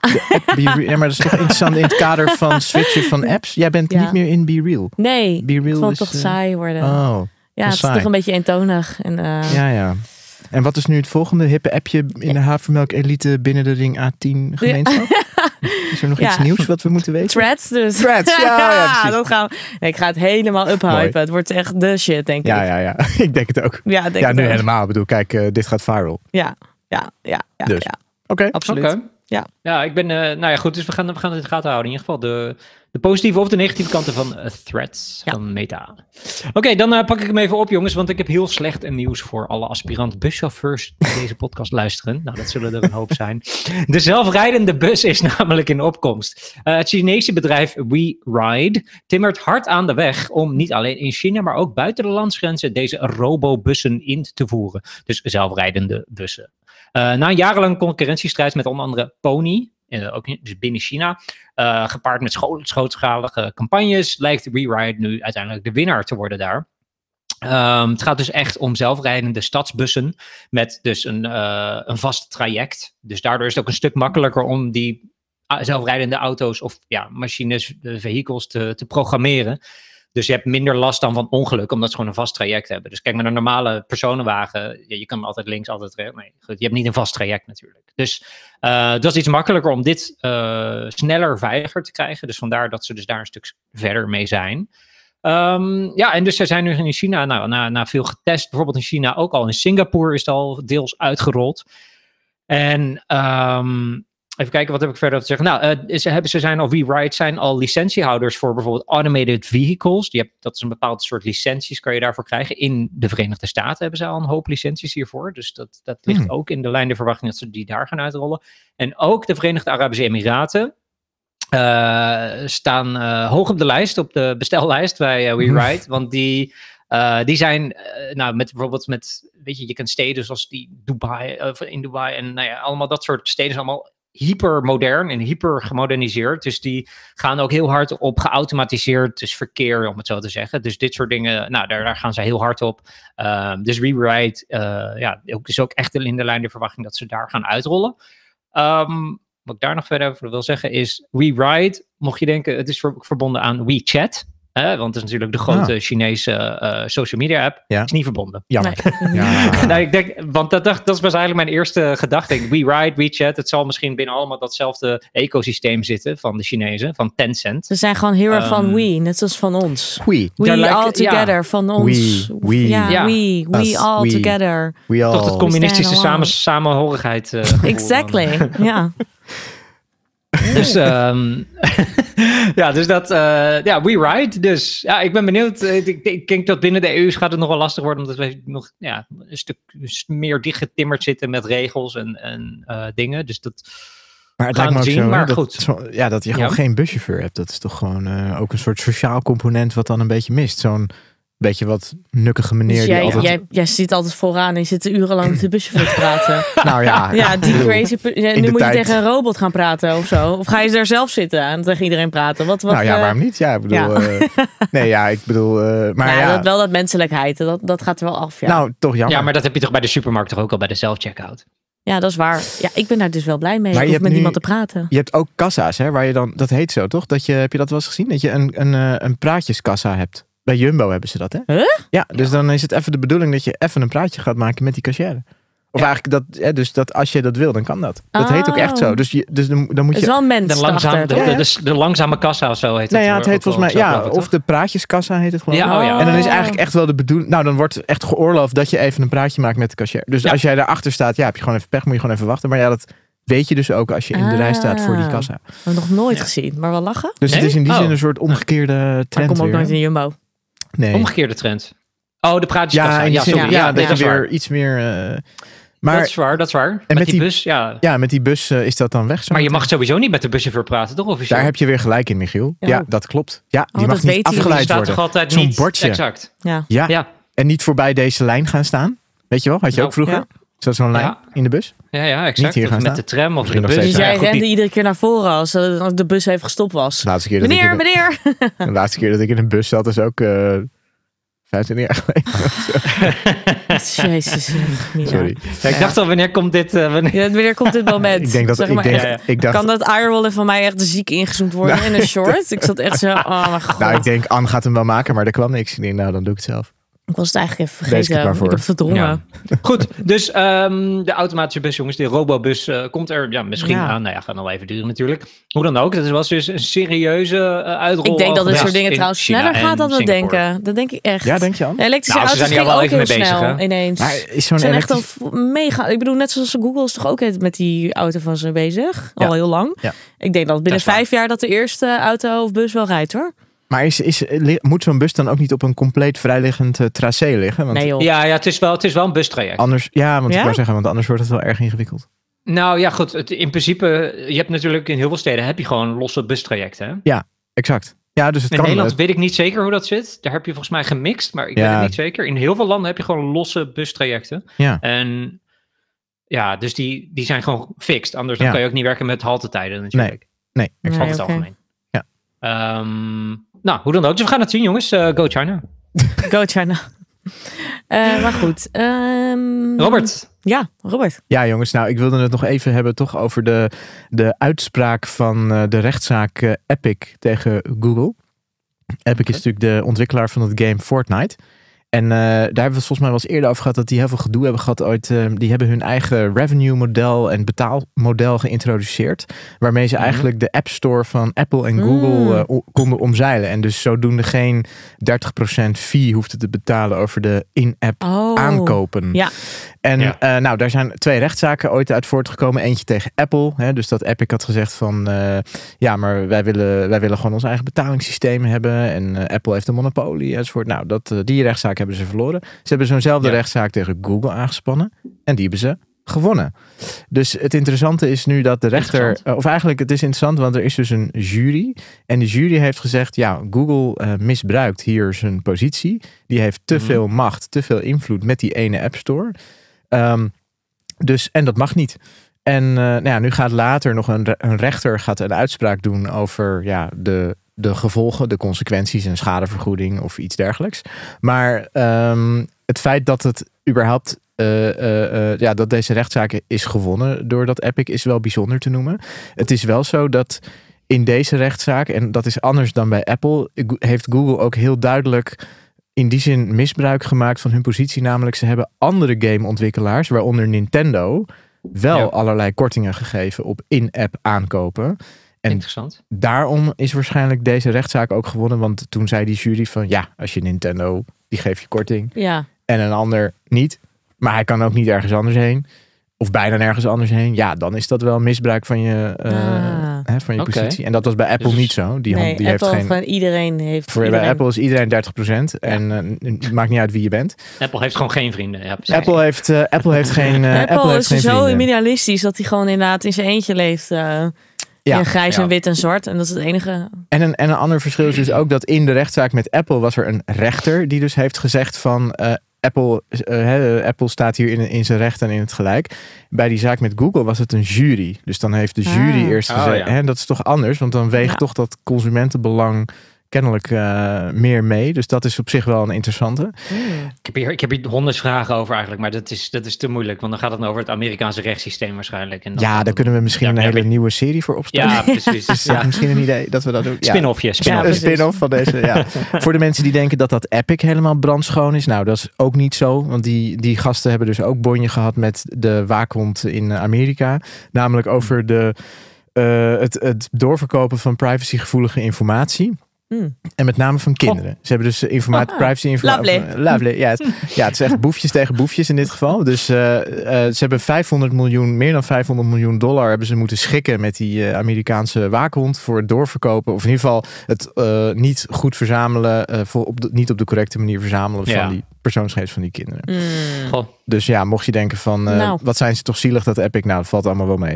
Speaker 3: Be Real- Ja, maar dat is toch interessant in het kader van switchen van apps? Jij bent
Speaker 2: Ja.
Speaker 3: niet meer in Be Real.
Speaker 2: nee. Ik
Speaker 3: Be Real
Speaker 2: vond het
Speaker 3: is,
Speaker 2: toch
Speaker 3: eh,
Speaker 2: saai worden.
Speaker 3: Oh,
Speaker 2: ja, het is
Speaker 3: saai.
Speaker 2: toch een beetje eentonig. En, eh,
Speaker 3: ja, ja. En wat is nu het volgende hippe appje in de havermelk elite binnen de ring A10 gemeenschap? Is er nog
Speaker 2: Ja.
Speaker 3: iets nieuws wat we moeten weten?
Speaker 2: Threads dus.
Speaker 3: Threads, ja, ja, precies.
Speaker 2: dat gaan we. Nee, ik ga het helemaal uphypen.
Speaker 3: Mooi.
Speaker 2: Het wordt echt de shit, denk
Speaker 3: Ja,
Speaker 2: ik.
Speaker 3: ja, ja. Ik denk het ook.
Speaker 2: Ja, denk
Speaker 3: ja,
Speaker 2: ik
Speaker 3: nu
Speaker 2: ook.
Speaker 3: helemaal. Ik bedoel, kijk, eh, dit gaat viral. Oké.
Speaker 2: Ja, ja, ja, ja,
Speaker 3: Dus.
Speaker 2: ja
Speaker 1: Oké.
Speaker 2: absoluut. Ja.
Speaker 1: ja, ik ben. eh, nou ja, goed. Dus we gaan, we gaan het in de gaten houden. In ieder geval de, de positieve of de negatieve kanten van eh, threads.
Speaker 2: Ja.
Speaker 1: Van meta. Oké, dan eh, pak ik hem even op, jongens. Want ik heb heel slecht een nieuws voor alle aspirant buschauffeurs die deze podcast luisteren. Nou, dat zullen er een hoop zijn. De zelfrijdende bus is namelijk in opkomst. Eh, het Chinese bedrijf We Ride timmert hard aan de weg om niet alleen in China, maar ook buiten de landsgrenzen deze robobussen in te voeren. Dus zelfrijdende bussen. Eh, na een jarenlang concurrentiestrijd met onder andere Pony, eh, ook in- dus binnen China, eh, gepaard met scho- grootschalige campagnes, lijkt WeRide nu uiteindelijk de winnaar te worden daar. Ehm, het gaat dus echt om zelfrijdende stadsbussen met dus een, eh, een vast traject. Dus daardoor is het ook een stuk makkelijker om die ah, zelfrijdende auto's of ja, machines, eh, vehicles te, te programmeren. Dus je hebt minder last dan van ongeluk, omdat ze gewoon een vast traject hebben. Dus kijk, met een normale personenwagen, ja, je kan altijd links, altijd rechts. Nee, goed, je hebt niet een vast traject natuurlijk. Dus eh, dat is iets makkelijker om dit eh, sneller, veiliger te krijgen. Dus vandaar dat ze dus daar een stuk verder mee zijn. Ehm, ja, en dus ze zijn nu in China, nou, na, na veel getest, bijvoorbeeld in China, ook al in Singapore is het al deels uitgerold. En ehm, even kijken, wat heb ik verder te zeggen? Nou, eh, ze, hebben, ze zijn al, WeRide zijn al licentiehouders voor bijvoorbeeld automated vehicles. Die heb, dat is een bepaald soort licenties, kan je daarvoor krijgen. In de Verenigde Staten hebben ze al een hoop licenties hiervoor. Dus dat, dat ligt
Speaker 3: Hmm.
Speaker 1: ook in de lijn de verwachting dat ze die daar gaan uitrollen. En ook de Verenigde Arabische Emiraten. eh, staan eh, hoog op de lijst, op de bestellijst bij eh, We WeRide. Want die eh, die zijn, eh, nou, met bijvoorbeeld met, weet je, je kent steden zoals die Dubai, eh, of in Dubai en nou ja, allemaal dat soort steden zijn allemaal hypermodern en hyper gemoderniseerd. Dus die gaan ook heel hard op geautomatiseerd, dus verkeer, om het zo te zeggen. Dus dit soort dingen, nou, daar, daar gaan ze heel hard op. Ehm, dus Rewrite, eh ja, ook, is ook echt in de lijn de verwachting dat ze daar gaan uitrollen. Ehm, wat ik daar nog verder over wil zeggen is, WeRide, mocht je denken, het is ver- verbonden aan WeChat. Hè, want het is natuurlijk de grote Chinese eh, social media app.
Speaker 3: Ja.
Speaker 1: Is niet verbonden.
Speaker 3: Jammer.
Speaker 2: Nee.
Speaker 3: Ja.
Speaker 1: Nou, ik denk, want dat, dacht, dat was eigenlijk mijn eerste gedachte. Ik, WeRide, WeChat, het zal misschien binnen allemaal datzelfde ecosysteem zitten van de Chinezen, van Tencent.
Speaker 2: Ze zijn gewoon heel erg van
Speaker 1: Ehm,
Speaker 2: we, net zoals van ons.
Speaker 3: We,
Speaker 2: We
Speaker 1: Daar lijkt-
Speaker 2: all together, van ons.
Speaker 3: We, we.
Speaker 2: ja,
Speaker 1: Ja.
Speaker 2: we, we
Speaker 3: Us,
Speaker 2: all
Speaker 3: we.
Speaker 2: together.
Speaker 3: we all...
Speaker 1: Toch dat communistische
Speaker 2: stand alone.
Speaker 1: samen, samenhorigheid. eh, gevoel dan.
Speaker 2: Exactly, ja.
Speaker 1: Dus, ehm, ja, dus dat, eh, ja, we ride. Dus ja, ik ben benieuwd. Eh, Ik, ik denk dat binnen de EU gaat het nog wel lastig worden, omdat we nog ja, een stuk meer dichtgetimmerd zitten met regels en, en eh, dingen. Dus dat,
Speaker 3: Maar het
Speaker 1: Gaan
Speaker 3: lijkt me ook
Speaker 1: zien,
Speaker 3: zo, hè,
Speaker 1: maar
Speaker 3: dat,
Speaker 1: goed.
Speaker 3: zo- ja, dat je gewoon
Speaker 1: Ja.
Speaker 3: geen buschauffeur hebt. Dat is toch gewoon eh, ook een soort sociaal component wat dan een beetje mist. Zo'n beetje wat nukkige meneer
Speaker 2: Dus
Speaker 3: die
Speaker 2: jij,
Speaker 3: altijd...
Speaker 2: jij, jij zit altijd vooraan en je zit urenlang met de buschauffeur te praten.
Speaker 3: Nou ja,
Speaker 2: Ja, die
Speaker 3: bedoel,
Speaker 2: crazy... pe- ja,
Speaker 3: in
Speaker 2: nu
Speaker 3: de
Speaker 2: moet je
Speaker 3: tijd.
Speaker 2: tegen een robot gaan praten of zo. Of ga je daar zelf zitten en tegen iedereen praten? Wat, wat,
Speaker 3: Nou ja,
Speaker 2: eh,
Speaker 3: waarom niet? Ja, ik bedoel... eh, nee, ja, ik bedoel... eh, maar
Speaker 2: ja,
Speaker 3: ja,
Speaker 2: Nou, Dat, wel dat menselijkheid, dat, dat gaat er wel af. Ja.
Speaker 3: nou, toch jammer.
Speaker 1: ja, maar dat heb je toch bij de supermarkt toch ook al bij de self-checkout.
Speaker 2: ja, dat is waar. Ja, ik ben daar dus wel blij mee.
Speaker 3: Maar
Speaker 2: ik
Speaker 3: je
Speaker 2: hoef
Speaker 3: hebt
Speaker 2: met
Speaker 3: nu-
Speaker 2: niemand te praten.
Speaker 3: Je hebt ook kassa's, hè, waar je dan... Dat heet zo, toch? Dat je, heb je dat wel eens gezien? Dat je een, een, eh, een praatjeskassa hebt. Bij Jumbo hebben ze dat, hè?
Speaker 2: Huh?
Speaker 3: Ja, dus dan is het even de bedoeling dat je even een praatje gaat maken met die cashier. Of eigenlijk dat, hè, dus dat als je dat wil, dan kan dat. Dat heet ook echt
Speaker 2: Oh.
Speaker 3: zo. Dus, je, dus dan, dan moet
Speaker 2: Het
Speaker 3: je
Speaker 2: is wel een mens.
Speaker 1: De, langzaam, de,
Speaker 2: daarachter.
Speaker 3: Ja, ja.
Speaker 1: de, de, de langzame kassa of zo heet
Speaker 3: Nou
Speaker 1: het.
Speaker 3: ja, het
Speaker 1: hoor,
Speaker 3: heet
Speaker 1: ook wel
Speaker 3: volgens mij,
Speaker 1: zo,
Speaker 3: ja,
Speaker 1: geloof ik,
Speaker 3: of
Speaker 1: toch?
Speaker 3: de praatjeskassa heet het gewoon.
Speaker 1: Ja, oh ja.
Speaker 3: En dan is
Speaker 2: Oh.
Speaker 3: eigenlijk echt wel de bedoeling, nou dan wordt echt geoorloofd dat je even een praatje maakt met de cashier. Dus
Speaker 1: Ja.
Speaker 3: als jij daarachter staat, ja, heb je gewoon even pech, moet je gewoon even wachten. Maar ja, dat weet je dus ook als je in de
Speaker 2: Ah.
Speaker 3: rij staat voor die kassa.
Speaker 2: Dat hebben we nog nooit
Speaker 1: Ja.
Speaker 2: gezien, maar wel lachen.
Speaker 3: Dus het
Speaker 1: Nee?
Speaker 3: is in die
Speaker 1: Oh.
Speaker 3: zin een soort omgekeerde
Speaker 2: Maar ik
Speaker 3: trend
Speaker 2: kom ook
Speaker 3: weer.
Speaker 2: nooit in de Jumbo.
Speaker 3: Nee.
Speaker 1: Omgekeerde trend. Oh, de praatjeskassa.
Speaker 3: Ja,
Speaker 1: Ja,
Speaker 3: in die zin, ja,
Speaker 1: sorry.
Speaker 2: ja,
Speaker 3: dat
Speaker 1: nee,
Speaker 3: je
Speaker 1: dat is
Speaker 3: weer
Speaker 1: waar.
Speaker 3: iets meer... eh,
Speaker 1: dat
Speaker 3: maar
Speaker 1: is waar, dat is waar. Met,
Speaker 3: met
Speaker 1: die
Speaker 3: die-
Speaker 1: bus, ja.
Speaker 3: ja, met die bus eh, is dat dan weg zo.
Speaker 1: Maar je mag sowieso niet met de buschauffeur praten, toch? Officieel?
Speaker 3: Daar heb je weer gelijk in, Michiel.
Speaker 2: Ja.
Speaker 3: Ja, dat klopt. Ja, die
Speaker 1: Oh,
Speaker 2: dat
Speaker 3: mag
Speaker 2: weet hij.
Speaker 3: niet
Speaker 1: Die
Speaker 3: afgeleid
Speaker 1: staat
Speaker 3: worden.
Speaker 1: toch altijd
Speaker 3: Zo'n
Speaker 1: niet.
Speaker 3: bordje. Ah.
Speaker 1: Exact.
Speaker 2: Ja.
Speaker 3: Ja,
Speaker 1: Ja,
Speaker 3: en niet voorbij deze lijn gaan staan. Weet je wel, had je
Speaker 1: Nou,
Speaker 3: ook vroeger?
Speaker 2: ja.
Speaker 3: Zat zo'n lijn
Speaker 1: Ja.
Speaker 3: in de bus?
Speaker 1: ja, ja exact.
Speaker 3: hier
Speaker 1: Of
Speaker 3: gaan
Speaker 1: met
Speaker 3: staan.
Speaker 1: de tram of
Speaker 3: Misschien
Speaker 1: de
Speaker 3: nog
Speaker 1: bus.
Speaker 3: steeds
Speaker 2: Dus
Speaker 3: Ja,
Speaker 2: jij
Speaker 3: goed,
Speaker 2: rende
Speaker 3: die-
Speaker 2: iedere keer naar voren als eh, als de bus even gestopt was.
Speaker 3: De laatste keer dat Nou, ik in
Speaker 2: Meneer,
Speaker 3: de-
Speaker 2: meneer!
Speaker 3: De laatste keer dat ik in een bus zat, is ook eh 25 jaar geleden.
Speaker 2: Jezus, Mina.
Speaker 3: Sorry.
Speaker 1: Ja, ik dacht al, wanneer komt dit? eh, wanneer...
Speaker 2: Ja, wanneer komt dit moment?
Speaker 3: Ik denk dat
Speaker 2: Zeg
Speaker 3: ik,
Speaker 2: maar
Speaker 3: denk,
Speaker 2: echt,
Speaker 1: echt.
Speaker 3: ik dacht.
Speaker 2: Kan dat eierwollen van mij echt ziek ingezoomd worden in een short? Ik zat echt zo, oh mijn god.
Speaker 3: Nou, ik denk, Anne gaat hem wel maken, maar er kwam niks in. Nou, dan doe ik het zelf.
Speaker 2: Ik was het eigenlijk even
Speaker 3: Wees ik
Speaker 2: vergeten.
Speaker 3: maar
Speaker 2: Ik
Speaker 3: voor.
Speaker 2: heb het verdrongen.
Speaker 1: Ja. Goed, dus ehm, de automatische bus, jongens, die robobus eh, komt er ja, misschien
Speaker 2: Ja.
Speaker 1: aan. Nou ja, gaat nog wel even duren natuurlijk. Hoe dan ook, dat was dus een serieuze eh, uitrol.
Speaker 2: Ik denk dat dit
Speaker 1: al
Speaker 2: soort dingen
Speaker 1: in
Speaker 2: trouwens
Speaker 1: China
Speaker 2: sneller
Speaker 1: en
Speaker 2: gaat dan we
Speaker 1: Singapore.
Speaker 2: denken. Dat denk ik echt.
Speaker 3: Ja, denk je, Anne?
Speaker 2: De elektrische
Speaker 1: Nou, ze
Speaker 2: auto's
Speaker 1: zijn hier
Speaker 2: gingen
Speaker 1: al
Speaker 2: ook
Speaker 1: wel even mee
Speaker 2: heel snel
Speaker 1: bezig, hè?
Speaker 2: ineens.
Speaker 3: Maar Oh, is zo'n
Speaker 2: Ze zijn echt
Speaker 3: elektrisch-
Speaker 2: al v- mega... Ik bedoel, net zoals Google is toch ook het- met die auto van ze bezig? Al
Speaker 3: Ja.
Speaker 2: heel lang.
Speaker 3: Ja.
Speaker 2: Ik denk dat
Speaker 1: Dat
Speaker 2: binnen
Speaker 1: is waar.
Speaker 2: vijf jaar dat de eerste auto of bus wel rijdt, hoor.
Speaker 3: Maar is, is, li- moet zo'n bus dan ook niet op een compleet vrijliggend eh, tracé liggen? Want
Speaker 2: Nee, joh.
Speaker 1: Ja, ja het, is wel, het is wel een bustraject.
Speaker 3: Anders, ja, want
Speaker 2: Ja?
Speaker 3: ik wou zeggen, want anders wordt het wel erg ingewikkeld.
Speaker 1: nou ja, goed, het, in principe, je hebt natuurlijk in heel veel steden heb je gewoon losse bustrajecten. Hè?
Speaker 3: Exact. Ja, dus het
Speaker 1: In
Speaker 3: kan.
Speaker 1: Nederland
Speaker 3: eh,
Speaker 1: weet ik niet zeker hoe dat zit. Daar heb je volgens mij gemixt, maar ik
Speaker 3: Ja.
Speaker 1: weet het niet zeker. In heel veel landen heb je gewoon losse bustrajecten.
Speaker 3: Ja.
Speaker 1: En ja, dus die, die zijn gewoon fixed. Anders
Speaker 3: Ja.
Speaker 1: dan kan je ook niet werken met haltetijden natuurlijk.
Speaker 3: nee, exact.
Speaker 1: Over het
Speaker 2: oké.
Speaker 1: algemeen.
Speaker 3: Ja.
Speaker 1: Ehm, nou, hoe dan ook. Dus we gaan het zien, jongens. Eh, go China.
Speaker 2: Go China. Eh, maar goed. ehm,
Speaker 1: Robert.
Speaker 2: Ja, Robert.
Speaker 3: Ja, jongens, nou, ik wilde het nog even hebben toch over de, de uitspraak van eh, de rechtszaak eh, Epic tegen Google. Epic is natuurlijk de ontwikkelaar van het game Fortnite. En eh, daar hebben we het volgens mij wel eens eerder over gehad dat die heel veel gedoe hebben gehad ooit. eh, die hebben hun eigen revenue model en betaalmodel geïntroduceerd. Waarmee ze
Speaker 1: Mhm.
Speaker 3: eigenlijk de App Store van Apple en Google
Speaker 2: Mm.
Speaker 3: eh, o- konden omzeilen. En dus zodoende geen 30% fee hoefden te betalen over de in-app
Speaker 2: Oh.
Speaker 3: aankopen.
Speaker 2: Ja.
Speaker 3: En
Speaker 1: Ja.
Speaker 3: eh, nou, daar zijn twee rechtszaken ooit uit voortgekomen. Eentje tegen Apple. Hè, dus dat Epic had gezegd van... eh, ja, maar wij willen, wij willen gewoon ons eigen betalingssysteem hebben. En eh, Apple heeft een monopolie enzovoort. Nou, dat, eh, die rechtszaak hebben ze verloren. Ze hebben zo'nzelfde
Speaker 1: Ja.
Speaker 3: rechtszaak tegen Google aangespannen. En die hebben ze gewonnen. Dus het interessante is nu dat de rechter...
Speaker 1: Interessant.
Speaker 3: eh, of eigenlijk, het is interessant, want er is dus een jury. En de jury heeft gezegd... ja, Google eh, misbruikt hier zijn positie. Die heeft te
Speaker 1: Mhm.
Speaker 3: veel macht, te veel invloed met die ene App Store. Ehm, dus, en dat mag niet. En eh, nou ja, nu gaat later nog een, re- een rechter gaat een uitspraak doen over ja, de, de gevolgen, de consequenties en schadevergoeding of iets dergelijks. Maar ehm, het feit dat het überhaupt. eh, eh, eh, ja, dat deze rechtszaak is gewonnen door dat Epic is wel bijzonder te noemen. Het is wel zo dat in deze rechtszaak, en dat is anders dan bij Apple, go- heeft Google ook heel duidelijk in die zin misbruik gemaakt van hun positie. Namelijk, ze hebben andere gameontwikkelaars, waaronder Nintendo, wel
Speaker 1: Ja.
Speaker 3: allerlei kortingen gegeven op in-app aankopen. En-
Speaker 1: Interessant.
Speaker 3: Daarom is waarschijnlijk deze rechtszaak ook gewonnen. Want toen zei die jury van ja, als je Nintendo, die geeft je korting.
Speaker 2: Ja.
Speaker 3: En een ander niet. Maar hij kan ook niet ergens anders heen. Of bijna nergens anders heen. Ja, dan is dat wel misbruik van je, eh,
Speaker 2: Ah.
Speaker 3: hè, van je
Speaker 1: Oké.
Speaker 3: positie. En dat was bij Apple
Speaker 1: Dus-
Speaker 3: niet zo. Die, hand-
Speaker 2: nee,
Speaker 3: die
Speaker 2: Apple
Speaker 3: heeft geen.
Speaker 2: van iedereen heeft...
Speaker 3: Voor,
Speaker 2: iedereen.
Speaker 3: bij Apple is iedereen 30%. En eh, het maakt niet uit wie je bent.
Speaker 1: Apple heeft gewoon geen vrienden. Ja, precies.
Speaker 3: Apple heeft, eh, Apple heeft geen. eh,
Speaker 2: Apple,
Speaker 3: Apple heeft
Speaker 2: is
Speaker 3: geen
Speaker 2: zo
Speaker 3: vrienden.
Speaker 2: minimalistisch dat hij gewoon inderdaad in zijn eentje leeft. eh, in grijs
Speaker 1: Ja.
Speaker 2: en wit en zwart. En dat is het enige.
Speaker 3: En een, en een ander verschil is dus ook dat in de rechtszaak met Apple was er een rechter die dus heeft gezegd van eh, Apple, eh, hè, Apple staat hier in, in zijn recht en in het gelijk. Bij die zaak met Google was het een jury. Dus dan heeft de jury
Speaker 2: Ah.
Speaker 3: eerst
Speaker 1: Oh,
Speaker 3: gezegd,
Speaker 1: ja.
Speaker 3: hè, dat is toch anders, want dan weegt
Speaker 2: Ja.
Speaker 3: toch dat consumentenbelang kennelijk eh, meer mee. Dus dat is op zich wel een interessante.
Speaker 2: Hmm.
Speaker 1: Ik heb, hier, ik heb hier honderd vragen over eigenlijk, maar dat is, dat is te moeilijk. Want dan gaat het nou over het Amerikaanse rechtssysteem waarschijnlijk. En dan-
Speaker 3: Ja, daar kunnen we misschien
Speaker 1: Ja,
Speaker 3: een hele
Speaker 1: ja,
Speaker 3: nieuwe serie voor opstarten.
Speaker 1: Ja, precies.
Speaker 3: Dus eh,
Speaker 1: ja.
Speaker 3: misschien een idee dat we dat doen. Ja.
Speaker 1: Spin-offje,
Speaker 2: Ja,
Speaker 1: spin-off.
Speaker 3: een
Speaker 2: precies.
Speaker 3: spin-off van deze. Ja. Voor de mensen die denken dat dat Epic helemaal brandschoon is. Nou, dat is ook niet zo. Want die, die gasten hebben dus ook bonje gehad met de waakhond in Amerika. Namelijk over de, eh, het, het doorverkopen van privacygevoelige informatie.
Speaker 2: Hmm.
Speaker 3: En met name van kinderen. Ze hebben dus informatie,
Speaker 2: Ah,
Speaker 3: privacy informatie.
Speaker 2: lovely.
Speaker 3: ja, het, ja, het is echt boefjes tegen boefjes in dit geval. Dus eh, eh, ze hebben 500 miljoen, meer dan 500 miljoen dollar hebben ze moeten schikken met die eh, Amerikaanse waakhond voor het doorverkopen. Of in ieder geval het eh, niet goed verzamelen, eh, voor op de, niet op de correcte manier verzamelen
Speaker 1: Ja.
Speaker 3: van die persoonsgegevens van die kinderen.
Speaker 2: Hmm.
Speaker 1: Goh,
Speaker 3: Dus ja, mocht je denken van, eh,
Speaker 2: Nou.
Speaker 3: wat zijn ze toch zielig dat Epic? Nou, dat valt allemaal wel mee.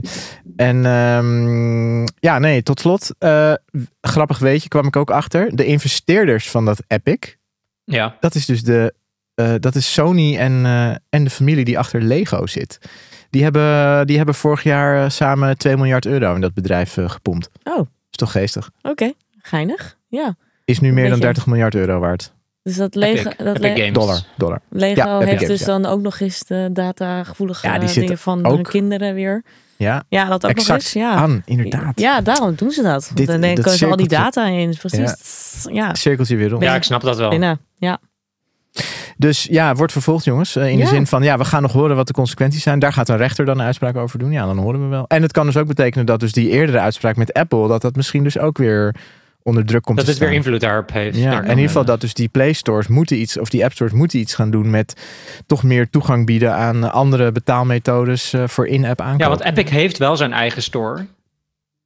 Speaker 3: En ehm, ja, nee, tot slot. eh, grappig weetje kwam ik ook achter. De investeerders van dat Epic,
Speaker 1: ja.
Speaker 3: dat is dus de, eh, dat is Sony en, eh, en de familie die achter Lego zit. Die hebben, die hebben vorig jaar eh, samen 2 miljard euro in dat bedrijf eh, gepompt.
Speaker 2: Oh.
Speaker 3: Is toch geestig.
Speaker 2: Oké, geinig. Ja.
Speaker 3: Is nu meer dan
Speaker 2: Beetje-
Speaker 3: 30 miljard euro waard.
Speaker 2: Dus dat Lego,
Speaker 1: Epic,
Speaker 2: dat
Speaker 1: Epic
Speaker 2: Le-
Speaker 1: Games.
Speaker 3: Dollar, dollar.
Speaker 2: Lego
Speaker 3: Ja, Epic
Speaker 2: heeft
Speaker 3: Games,
Speaker 2: dus
Speaker 3: ja.
Speaker 2: dan ook nog eens de datagevoelige
Speaker 3: Ja, die
Speaker 2: eh,
Speaker 3: zitten
Speaker 2: dingen van hun
Speaker 3: ook-
Speaker 2: kinderen weer.
Speaker 3: Ja,
Speaker 2: Ja, dat ook nog
Speaker 3: Exact.
Speaker 2: eens. Ja.
Speaker 3: aan, inderdaad.
Speaker 2: Ah. ja, daarom doen ze dat.
Speaker 3: Dit-
Speaker 2: Want dan
Speaker 3: dat
Speaker 2: denken ze al die
Speaker 3: cirkeltje.
Speaker 2: data in. Precies. Ja,
Speaker 3: Cirkeltje weer rond.
Speaker 1: ja, ik snap dat wel.
Speaker 2: binnen. Ja.
Speaker 3: Dus ja, wordt vervolgd, jongens. Eh, In
Speaker 2: Ja.
Speaker 3: de zin van, ja, we gaan nog horen wat de consequenties zijn. Daar gaat een rechter dan een uitspraak over doen. Ja, dan horen we wel. En het kan dus ook betekenen dat dus die eerdere uitspraak met Apple... dat dat misschien dus ook weer onder druk komt
Speaker 1: Dat
Speaker 3: te
Speaker 1: het weer
Speaker 3: staan.
Speaker 1: invloed daarop heeft.
Speaker 3: Ja,
Speaker 1: Daar
Speaker 3: en in
Speaker 1: kan,
Speaker 3: ieder geval
Speaker 1: eh,
Speaker 3: dat dus die Play Stores moeten iets... of die App Stores moeten iets gaan doen met toch meer toegang bieden... aan eh, andere betaalmethodes eh, voor in-app aankopen.
Speaker 1: Ja, want Epic heeft wel zijn eigen store.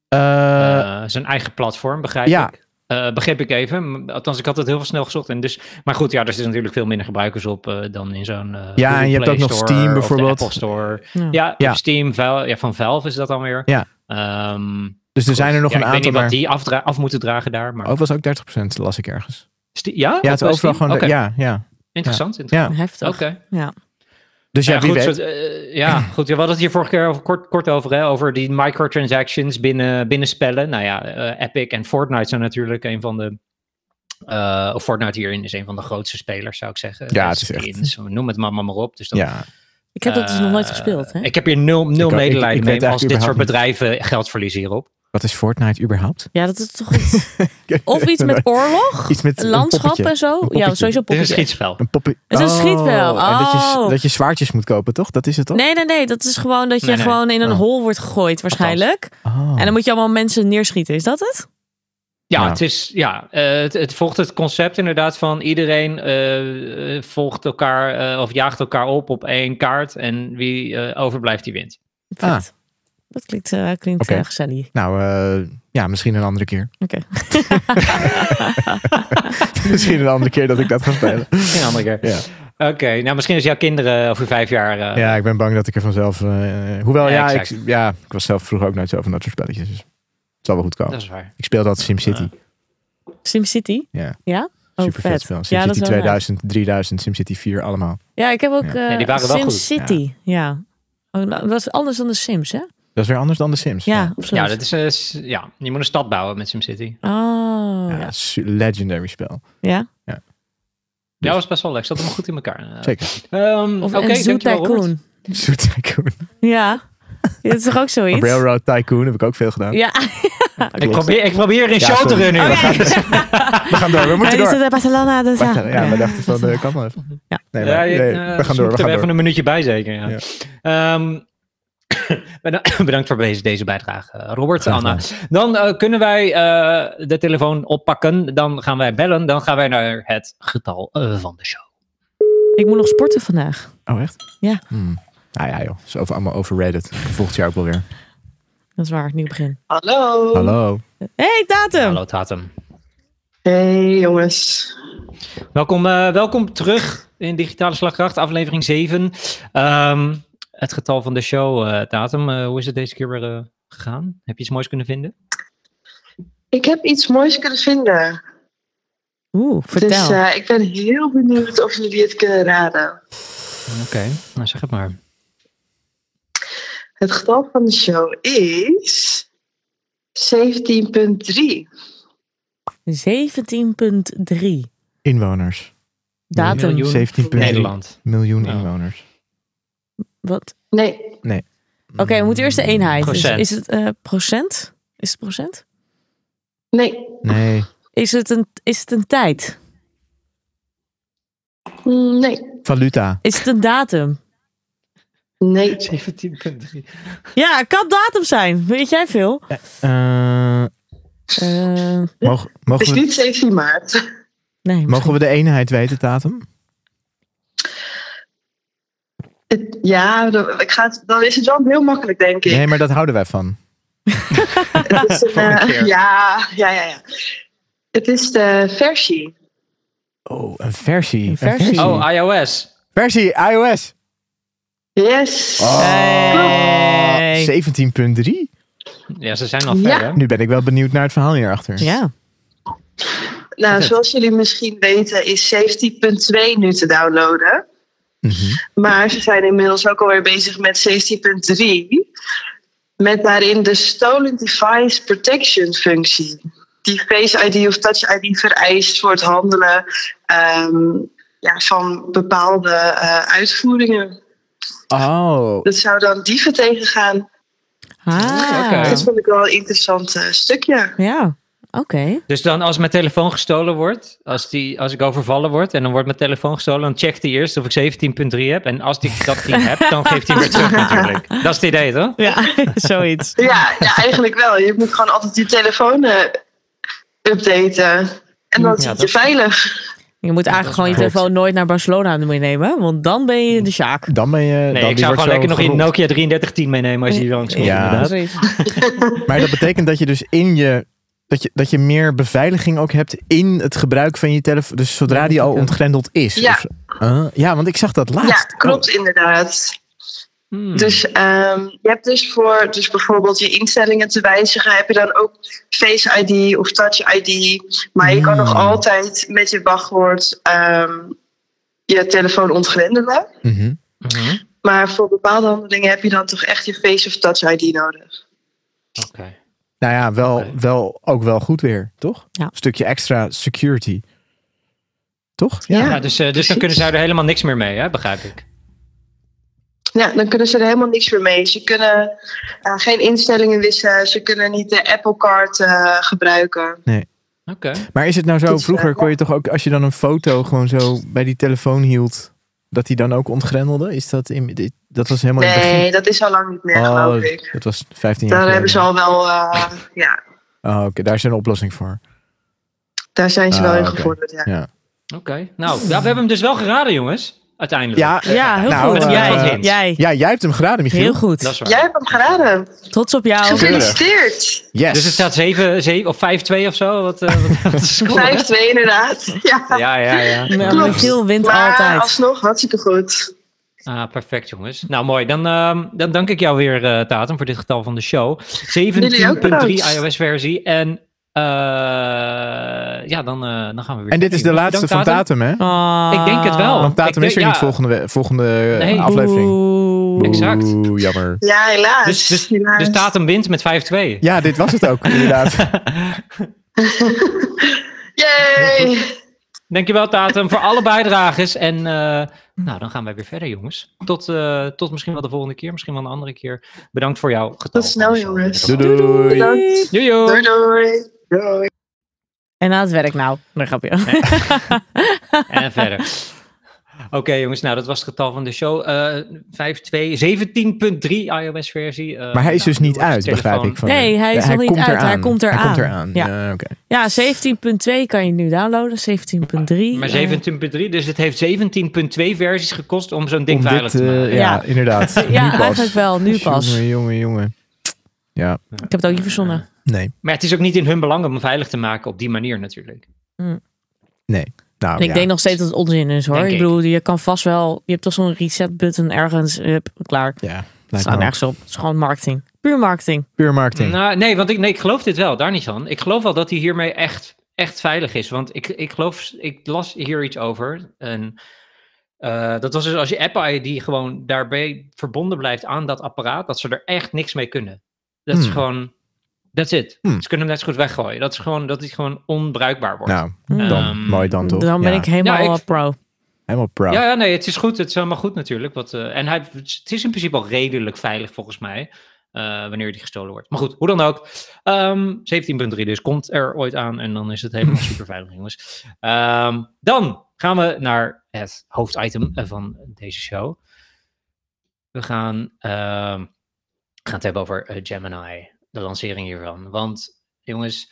Speaker 3: Eh,
Speaker 1: eh, zijn eigen platform, begrijp
Speaker 3: ja.
Speaker 1: ik. Eh, begreep ik even. M- Althans, ik had het heel snel gezocht. En dus, maar goed, ja, er zitten natuurlijk veel minder gebruikers op eh, dan in zo'n. eh,
Speaker 3: Ja,
Speaker 1: Google
Speaker 3: en je hebt
Speaker 1: Play
Speaker 3: ook nog
Speaker 1: Store
Speaker 3: Steam
Speaker 1: of de
Speaker 3: bijvoorbeeld.
Speaker 1: Apple Store.
Speaker 2: Ja.
Speaker 1: Ja, je hebt
Speaker 3: Ja.
Speaker 1: Steam Valve, ja, van Valve is dat dan weer.
Speaker 3: Ja.
Speaker 1: Ehm,
Speaker 3: dus er zijn er nog
Speaker 1: ja,
Speaker 3: een
Speaker 1: ik weet
Speaker 3: aantal...
Speaker 1: niet wat
Speaker 3: Maar...
Speaker 1: die afdra- af moeten dragen daar. Maar...
Speaker 3: Ook was ook 30% las ik ergens.
Speaker 1: Ste- ja,
Speaker 3: Ja,
Speaker 1: Ook
Speaker 3: het
Speaker 2: Oh,
Speaker 1: wel
Speaker 3: overal
Speaker 1: Steam?
Speaker 3: gewoon... de-
Speaker 1: Oké,
Speaker 3: Ja, ja.
Speaker 1: Interessant. interessant.
Speaker 3: ja.
Speaker 2: Heftig.
Speaker 1: Oké.
Speaker 2: Ja.
Speaker 3: Dus ja,
Speaker 1: ja,
Speaker 3: wie
Speaker 1: goed,
Speaker 3: weet.
Speaker 1: soort, eh, ja, goed. We hadden het hier vorige keer over, kort, kort over, hè, over die microtransactions binnen, binnen spellen. Nou ja, eh, Epic en Fortnite zijn natuurlijk een van de. eh, of Fortnite hierin is een van de grootste spelers, zou ik zeggen.
Speaker 3: Ja,
Speaker 1: Eh,
Speaker 3: het is echt-
Speaker 1: skins, noem het maar, maar, maar op. Dus dat,
Speaker 3: Ja,
Speaker 2: Ik heb dat dus nog nooit
Speaker 1: eh,
Speaker 2: gespeeld. Hè?
Speaker 1: Ik heb hier nul, nul
Speaker 3: Ik ook- ik-
Speaker 1: medelijden
Speaker 3: ik weet
Speaker 1: mee als dit
Speaker 3: eigenlijk
Speaker 1: soort
Speaker 3: überhaupt
Speaker 1: bedrijven geld verliezen hierop.
Speaker 3: wat is Fortnite überhaupt?
Speaker 2: Ja, dat is toch iets. Of iets met oorlog,
Speaker 3: Iets met een
Speaker 2: landschap
Speaker 3: poppetje.
Speaker 2: en zo. Ja,
Speaker 3: poppetje.
Speaker 2: sowieso
Speaker 1: Het is een
Speaker 2: poppetjes.
Speaker 1: schietspel.
Speaker 3: Een poppie.
Speaker 2: Het is een schietbel.
Speaker 3: Oh. En dat je,
Speaker 2: Oh.
Speaker 3: dat je zwaardjes moet kopen, toch? Dat is het toch?
Speaker 2: Nee, nee, nee. Dat is gewoon dat je
Speaker 1: Nee, nee.
Speaker 2: gewoon in een
Speaker 3: Oh.
Speaker 2: hol wordt gegooid waarschijnlijk.
Speaker 3: Oh.
Speaker 2: En dan moet je allemaal mensen neerschieten. Is dat het?
Speaker 1: Ja,
Speaker 3: Nou.
Speaker 1: het, is, ja eh, het, het volgt het concept inderdaad van iedereen eh, eh, volgt elkaar eh, of jaagt elkaar op op één kaart. En wie eh, overblijft, die wint.
Speaker 3: Ah.
Speaker 2: Vet. Dat klinkt, eh, klinkt
Speaker 3: Oké.
Speaker 2: eh, gezellig.
Speaker 3: Nou, eh, ja, misschien een andere keer.
Speaker 2: Oké.
Speaker 3: misschien een andere keer dat ik dat ga spelen.
Speaker 1: Geen andere keer.
Speaker 3: Ja.
Speaker 1: Oké, nou misschien als jouw kinderen over vijf jaar... eh,
Speaker 3: Ja, ik ben bang dat ik er vanzelf... eh, hoewel,
Speaker 1: Ja,
Speaker 3: ja, ik,
Speaker 1: exact.
Speaker 3: ja, ik was zelf vroeger ook nooit zo van dat soort spelletjes. Dus het zal wel goed komen.
Speaker 1: Dat is waar.
Speaker 3: Ik speelde altijd SimCity.
Speaker 2: SimCity?
Speaker 3: Ja.
Speaker 2: Ja? Oh,
Speaker 3: Super vet
Speaker 2: vet.
Speaker 3: spel.
Speaker 2: ja, dat
Speaker 3: SimCity
Speaker 2: is wel
Speaker 3: 2000, 3000, SimCity 4, allemaal.
Speaker 2: nice. Ja, ik heb ook eh
Speaker 1: Ja, die waren wel goed.
Speaker 2: SimCity. Ja. Oh, nou, dat is anders dan de Sims, hè?
Speaker 3: Dat is weer anders dan de Sims.
Speaker 2: Ja, absoluut.
Speaker 1: Ja, dat is, eh, s- ja, je moet een stad bouwen met SimCity.
Speaker 2: Oh,
Speaker 3: Ja,
Speaker 2: ja.
Speaker 3: su- legendary spel.
Speaker 2: Ja?
Speaker 1: Ja, was best wel leuk. Zat hem goed in elkaar. eh.
Speaker 3: Zeker.
Speaker 1: Ehm,
Speaker 2: Of
Speaker 1: Oké,
Speaker 2: een Zoo
Speaker 1: dankjewel, Robert.
Speaker 2: Tycoon.
Speaker 3: Zoet Tycoon.
Speaker 2: Ja. Dat is toch ook zoiets?
Speaker 3: Railroad Tycoon heb ik ook veel gedaan.
Speaker 2: Ja.
Speaker 1: Ik probeer, ik probeer in
Speaker 3: Ja,
Speaker 1: show te
Speaker 3: sorry.
Speaker 1: runnen.
Speaker 2: Oh,
Speaker 1: joh.
Speaker 2: ja.
Speaker 3: We gaan door, we
Speaker 2: Ja,
Speaker 3: moeten
Speaker 2: die
Speaker 3: door.
Speaker 2: zit in Barcelona. Dus
Speaker 3: Wacht,
Speaker 2: ja.
Speaker 3: ja, we dachten van, eh, kan wel even.
Speaker 2: Ja.
Speaker 3: Nee, maar,
Speaker 1: je-
Speaker 3: nee,
Speaker 1: eh,
Speaker 3: we
Speaker 1: dus
Speaker 3: gaan door, we
Speaker 1: moeten er
Speaker 3: gaan
Speaker 1: even
Speaker 3: door.
Speaker 1: een minuutje bij zeker. Ja.
Speaker 3: Ja.
Speaker 1: Ehm, beda- bedankt voor deze, deze bijdrage, eh, Robert,
Speaker 3: Graag
Speaker 1: Anna. Dan eh, kunnen wij eh, de telefoon oppakken. Dan gaan wij bellen. Dan gaan wij naar het getal eh, van de show.
Speaker 2: Ik moet nog sporten vandaag.
Speaker 3: Oh, echt?
Speaker 2: Ja.
Speaker 3: Hmm. Nou ja, joh. Het is over, allemaal over Reddit. Volgend jaar ook wel weer.
Speaker 2: Dat is waar, nieuw begin.
Speaker 4: Hallo.
Speaker 3: Hallo.
Speaker 2: hey, datum!
Speaker 1: Hallo Tatum.
Speaker 4: Hey jongens.
Speaker 1: Welkom, eh, welkom terug in Digitale Slagkracht, aflevering 7. Ehm, het getal van de show, eh Tatum. eh, hoe is het deze keer weer eh, gegaan? Heb je iets moois kunnen vinden?
Speaker 4: Ik heb iets moois kunnen vinden.
Speaker 2: Oeh, vertel.
Speaker 4: Dus eh, ik ben heel benieuwd of jullie het kunnen raden.
Speaker 1: Oké, nou zeg het maar.
Speaker 4: Het getal van de show is 17,3.
Speaker 2: 17,3.
Speaker 3: Inwoners.
Speaker 2: Datum.
Speaker 1: Miljoen
Speaker 3: 17,3
Speaker 1: Nederland.
Speaker 3: Miljoen
Speaker 1: Ja.
Speaker 3: inwoners.
Speaker 2: Wat?
Speaker 4: Nee,
Speaker 2: Oké,
Speaker 3: Hmm.
Speaker 2: we moeten eerst de eenheid. Dus
Speaker 1: Procent.
Speaker 2: is het eh, procent? Is het procent?
Speaker 4: nee.
Speaker 3: Nee.
Speaker 2: Is het een, is het een tijd?
Speaker 4: Mm, Nee,
Speaker 3: Valuta.
Speaker 2: Is het een datum?
Speaker 4: nee.
Speaker 1: 17,3.
Speaker 2: Ja, het kan datum zijn. Weet jij veel?
Speaker 3: Eh,
Speaker 2: Eh,
Speaker 3: mogen,
Speaker 4: Het
Speaker 3: mogen,
Speaker 4: is
Speaker 3: we,
Speaker 4: niet 17 maart.
Speaker 2: nee,
Speaker 3: mogen we de eenheid weten, datum?
Speaker 4: Het- ja, dan- ik ga het- dan is het wel heel makkelijk, denk ik.
Speaker 3: Nee, maar dat houden wij van.
Speaker 4: Het is een,
Speaker 1: Volgende
Speaker 4: eh,
Speaker 1: keer.
Speaker 4: ja, ja, ja, ja. Het is de versie.
Speaker 3: Oh, een versie.
Speaker 2: Een versie.
Speaker 1: Oh, iOS.
Speaker 3: Versie, iOS.
Speaker 4: Yes.
Speaker 3: Oh,
Speaker 2: Hey.
Speaker 3: 17.3.
Speaker 1: Ja, ze zijn al
Speaker 4: Ja.
Speaker 1: verder.
Speaker 3: Nu ben ik wel benieuwd naar het verhaal hierachter.
Speaker 2: Ja.
Speaker 4: Nou,
Speaker 1: Vet.
Speaker 4: zoals jullie misschien weten is 17.2 nu te downloaden.
Speaker 3: Mhm.
Speaker 4: Maar ze zijn inmiddels ook alweer bezig met 17.3. Met daarin de Stolen Device Protection functie. Die Face ID of Touch ID vereist voor het handelen ehm, ja, van bepaalde eh, uitvoeringen.
Speaker 3: Oh,
Speaker 4: Dat zou dan dieven tegengaan.
Speaker 2: Ah.
Speaker 1: Oké.
Speaker 4: Dat vond ik wel een interessant eh, stukje.
Speaker 2: Ja, oké.
Speaker 1: Dus dan als mijn telefoon gestolen wordt, als, die, als ik overvallen word en dan wordt mijn telefoon gestolen, dan checkt hij eerst of ik 17.3 heb. En als ik dat niet heb, dan geeft hij weer terug natuurlijk. Dat is het idee, toch?
Speaker 2: Ja, zoiets.
Speaker 4: Ja, ja, eigenlijk wel. Je moet gewoon altijd je telefoon eh, updaten. En dan
Speaker 1: Mm, Ja,
Speaker 4: zit je
Speaker 1: dat-
Speaker 4: veilig.
Speaker 2: Je moet
Speaker 1: is
Speaker 2: eigenlijk gewoon je
Speaker 1: waar.
Speaker 2: telefoon nooit naar Barcelona meenemen, want dan ben je de Sjaak.
Speaker 3: dan ben je...
Speaker 1: Nee, ik
Speaker 3: dan die
Speaker 1: zou
Speaker 3: wordt
Speaker 1: gewoon
Speaker 3: zo
Speaker 1: lekker nog in
Speaker 3: gerold.
Speaker 1: Nokia 3310 meenemen als je hier langs komt.
Speaker 3: Ja.
Speaker 1: inderdaad.
Speaker 4: Dus-
Speaker 2: Precies.
Speaker 3: Maar dat betekent dat je dus in je... Dat je, dat je meer beveiliging ook hebt in het gebruik van je telefoon. Dus zodra die al ontgrendeld is.
Speaker 4: Ja.
Speaker 3: of zo. Ah, ja, want ik zag dat
Speaker 4: Ja,
Speaker 3: laatst.
Speaker 4: klopt inderdaad.
Speaker 1: Hmm.
Speaker 4: Dus ehm, je hebt dus voor dus bijvoorbeeld je instellingen te wijzigen, heb je dan ook Face ID of Touch ID. Maar je kan nog
Speaker 1: Mm.
Speaker 3: Hmm.
Speaker 4: altijd met je wachtwoord ehm, je telefoon ontgrendelen.
Speaker 3: Oh, mhm.
Speaker 1: Mhm.
Speaker 4: Maar voor bepaalde handelingen heb je dan toch echt je Face of Touch ID nodig.
Speaker 1: Oké.
Speaker 3: Nou ja, wel,
Speaker 1: Oké.
Speaker 3: wel, ook wel goed weer, toch?
Speaker 2: Ja.
Speaker 3: Stukje extra security. Toch?
Speaker 4: Ja.
Speaker 1: Ja, dus, eh, dus dan
Speaker 4: precies.
Speaker 1: kunnen zij er helemaal niks meer mee, hè? begrijp ik.
Speaker 4: Ja, dan kunnen ze er helemaal niks meer mee. Ze kunnen eh, geen instellingen wissen, ze kunnen niet de Apple Card eh, gebruiken.
Speaker 1: Oké.
Speaker 3: Maar is het nou zo,
Speaker 4: Dus, eh,
Speaker 3: vroeger kon je toch ook, als je dan een foto gewoon zo bij die telefoon hield, dat die dan ook ontgrendelde? Is dat in, dit- dat was helemaal in het begin?
Speaker 4: Nee, dat is al lang niet meer, geloof ik.
Speaker 3: Oh, dat was 15 jaar
Speaker 4: Daar
Speaker 3: geleden.
Speaker 4: hebben ze al wel, eh, ja,
Speaker 3: Oh, oké, daar is een oplossing voor.
Speaker 4: daar zijn ze wel
Speaker 3: Ah,
Speaker 4: in
Speaker 3: oké.
Speaker 4: gevorderd. Ja.
Speaker 1: Oké. Nou, ja, we hebben hem dus wel geraden, jongens. Uiteindelijk.
Speaker 3: Ja,
Speaker 2: Ja, heel
Speaker 3: Nou,
Speaker 2: goed.
Speaker 1: eh,
Speaker 2: jij,
Speaker 1: eh,
Speaker 2: jij.
Speaker 3: ja, jij hebt hem geraden, Michiel.
Speaker 2: Heel
Speaker 1: Dat is
Speaker 2: goed.
Speaker 1: waar.
Speaker 4: Jij hebt hem geraden.
Speaker 2: Trots op jou.
Speaker 3: Tuurlijk.
Speaker 4: Gefeliciteerd!
Speaker 3: Yes.
Speaker 1: Dus het staat 7, 7 of 5-2 of zo? Wat, eh, wat, wat is de score?
Speaker 4: 5-2 inderdaad. Ja.
Speaker 1: Ja, ja, ja.
Speaker 2: Ja,
Speaker 4: Klopt.
Speaker 2: Michiel wint
Speaker 4: maar
Speaker 2: altijd.
Speaker 4: alsnog hartstikke goed.
Speaker 1: Ah, perfect, jongens. Nou, mooi. Dan, ehm, dan dank ik jou weer, eh Tatum, voor dit getal van de show. 17.3
Speaker 4: bedankt.
Speaker 1: iOS-versie. En eh, ja, dan, eh, dan gaan we weer.
Speaker 3: en dit is de
Speaker 1: Bedankt,
Speaker 3: laatste van Datum, hè?
Speaker 2: Ah.
Speaker 1: Ik denk het wel.
Speaker 3: Want Datum
Speaker 1: Ik
Speaker 3: is er
Speaker 1: denk-
Speaker 3: niet
Speaker 1: ja.
Speaker 3: volgende, we- volgende eh,
Speaker 1: Nee.
Speaker 3: aflevering.
Speaker 2: Oeh.
Speaker 1: Exact.
Speaker 3: Oeh, jammer.
Speaker 4: Ja, helaas.
Speaker 1: Dus, dus,
Speaker 4: helaas.
Speaker 1: dus Tatum wint met 5-2.
Speaker 3: Ja, dit was het ook, inderdaad.
Speaker 4: Yay!
Speaker 1: Dankjewel, Tatum, voor alle bijdrages. En eh, nou, dan gaan wij weer verder, jongens. Tot, eh, tot misschien wel de volgende keer, misschien wel een andere keer. Bedankt voor jouw getal.
Speaker 4: Tot snel, jongens.
Speaker 3: Doei, doei.
Speaker 4: Bedankt.
Speaker 1: Doei, doei.
Speaker 4: Doei doei. Doei.
Speaker 2: En aan het werk nou. Dan grapje.
Speaker 1: En verder. Oké jongens, nou dat was het getal van de show. Eh 5.2, 17.3 iOS versie. Eh,
Speaker 3: Maar hij is
Speaker 1: nou,
Speaker 3: dus niet
Speaker 1: nu wordt
Speaker 3: uit,
Speaker 1: de
Speaker 3: begrijp
Speaker 1: telefoon-
Speaker 3: ik. Van
Speaker 2: Nee,
Speaker 3: hem.
Speaker 2: hij is nog niet
Speaker 3: komt
Speaker 2: uit,
Speaker 3: eraan.
Speaker 2: hij komt
Speaker 3: Hij
Speaker 2: eraan.
Speaker 3: komt eraan.
Speaker 2: Ja.
Speaker 3: Ja, oké.
Speaker 2: Ja, 17.2 kan je nu downloaden. 17.3.
Speaker 1: Maar
Speaker 2: eh,
Speaker 1: 17.3, dus het heeft 17.2 versies gekost om zo'n ding
Speaker 3: Om
Speaker 1: veilig
Speaker 3: dit,
Speaker 1: te
Speaker 3: eh,
Speaker 1: maken.
Speaker 3: ja,
Speaker 2: Ja.
Speaker 3: inderdaad. nu
Speaker 2: Ja,
Speaker 3: pas.
Speaker 2: eigenlijk wel. Nu pas.
Speaker 3: Jongen, jongen, jongen. Ja,
Speaker 2: Ik heb het ook niet verzonnen.
Speaker 3: nee.
Speaker 1: Maar het is ook niet in hun belang om hem veilig te maken op die manier natuurlijk.
Speaker 3: Nou,
Speaker 2: En ik
Speaker 3: ja.
Speaker 2: denk nog steeds dat het onzin is hoor.
Speaker 1: Denk
Speaker 2: Ik
Speaker 1: ik.
Speaker 2: bedoel, je kan vast wel. Je hebt toch zo'n reset button ergens. Hup, klaar.
Speaker 3: Ja,
Speaker 2: Het
Speaker 3: lijkt
Speaker 2: staat
Speaker 3: me ook.
Speaker 2: nergens op. Het is gewoon marketing. Puur marketing.
Speaker 3: puur marketing.
Speaker 1: Nou, nee, want ik, nee, ik geloof dit wel, daar niet van. Ik geloof wel dat hij hiermee echt, echt veilig is. Want ik, ik geloof, ik las hier iets over. En, eh, dat was dus als je Apple ID gewoon daarbij verbonden blijft aan dat apparaat, dat ze er echt niks mee kunnen. Dat is
Speaker 3: Hmm.
Speaker 1: gewoon, That's it.
Speaker 3: Hmm.
Speaker 1: Ze kunnen hem net zo goed weggooien. Dat is gewoon dat hij gewoon onbruikbaar wordt.
Speaker 3: Nou,
Speaker 2: Hmm.
Speaker 3: dan,
Speaker 1: Ehm,
Speaker 3: mooi dan toch?
Speaker 2: Dan ben
Speaker 3: Ja,
Speaker 2: ik helemaal
Speaker 1: Ja, Nou, ik-
Speaker 2: eh, pro.
Speaker 3: helemaal proud.
Speaker 1: Ja, ja, nee, het is goed. Het is helemaal goed natuurlijk. Wat, eh, en hij, het is in principe al redelijk veilig volgens mij. eh, wanneer die gestolen wordt. Maar goed, hoe dan ook. Ehm, 17.3 dus komt er ooit aan. En dan is het helemaal super veilig, jongens. Ehm, dan gaan we naar het hoofditem eh, van deze show. We gaan, ehm, gaan het hebben over eh, Gemini. De lancering hiervan. Want, jongens,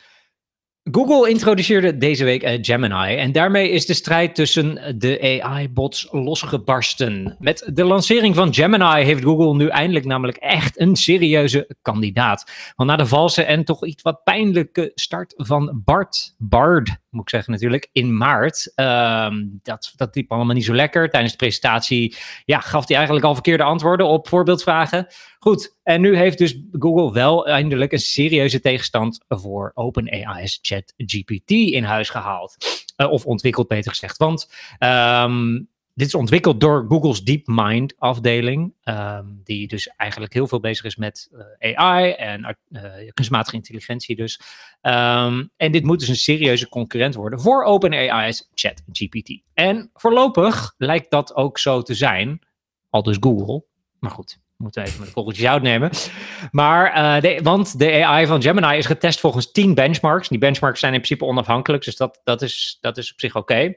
Speaker 1: Google introduceerde deze week eh, Gemini en daarmee is de strijd tussen de AI-bots losgebarsten. Met de lancering van Gemini heeft Google nu eindelijk namelijk echt een serieuze kandidaat. Want na de valse en toch iets wat pijnlijke start van Bart, Bard moet ik zeggen natuurlijk, in maart, ehm, dat, dat liep allemaal niet zo lekker. Tijdens de presentatie ja, gaf hij eigenlijk al verkeerde antwoorden op voorbeeldvragen. Goed, en nu heeft dus Google wel eindelijk een serieuze tegenstand voor OpenAI's ChatGPT in huis gehaald. Eh, of ontwikkeld, beter gezegd. Want ehm, dit is ontwikkeld door Google's DeepMind afdeling, ehm, die dus eigenlijk heel veel bezig is met eh, AI en art- eh, kunstmatige intelligentie dus. Ehm, en dit moet dus een serieuze concurrent worden voor OpenAI's ChatGPT. En voorlopig lijkt dat ook zo te zijn, al dus Google. Maar goed, we moeten even met de korreltjes uitnemen. Maar, eh, de- want de AI van Gemini is getest volgens 10 benchmarks. Die benchmarks zijn in principe onafhankelijk, dus dat, dat, is, dat is op zich oké.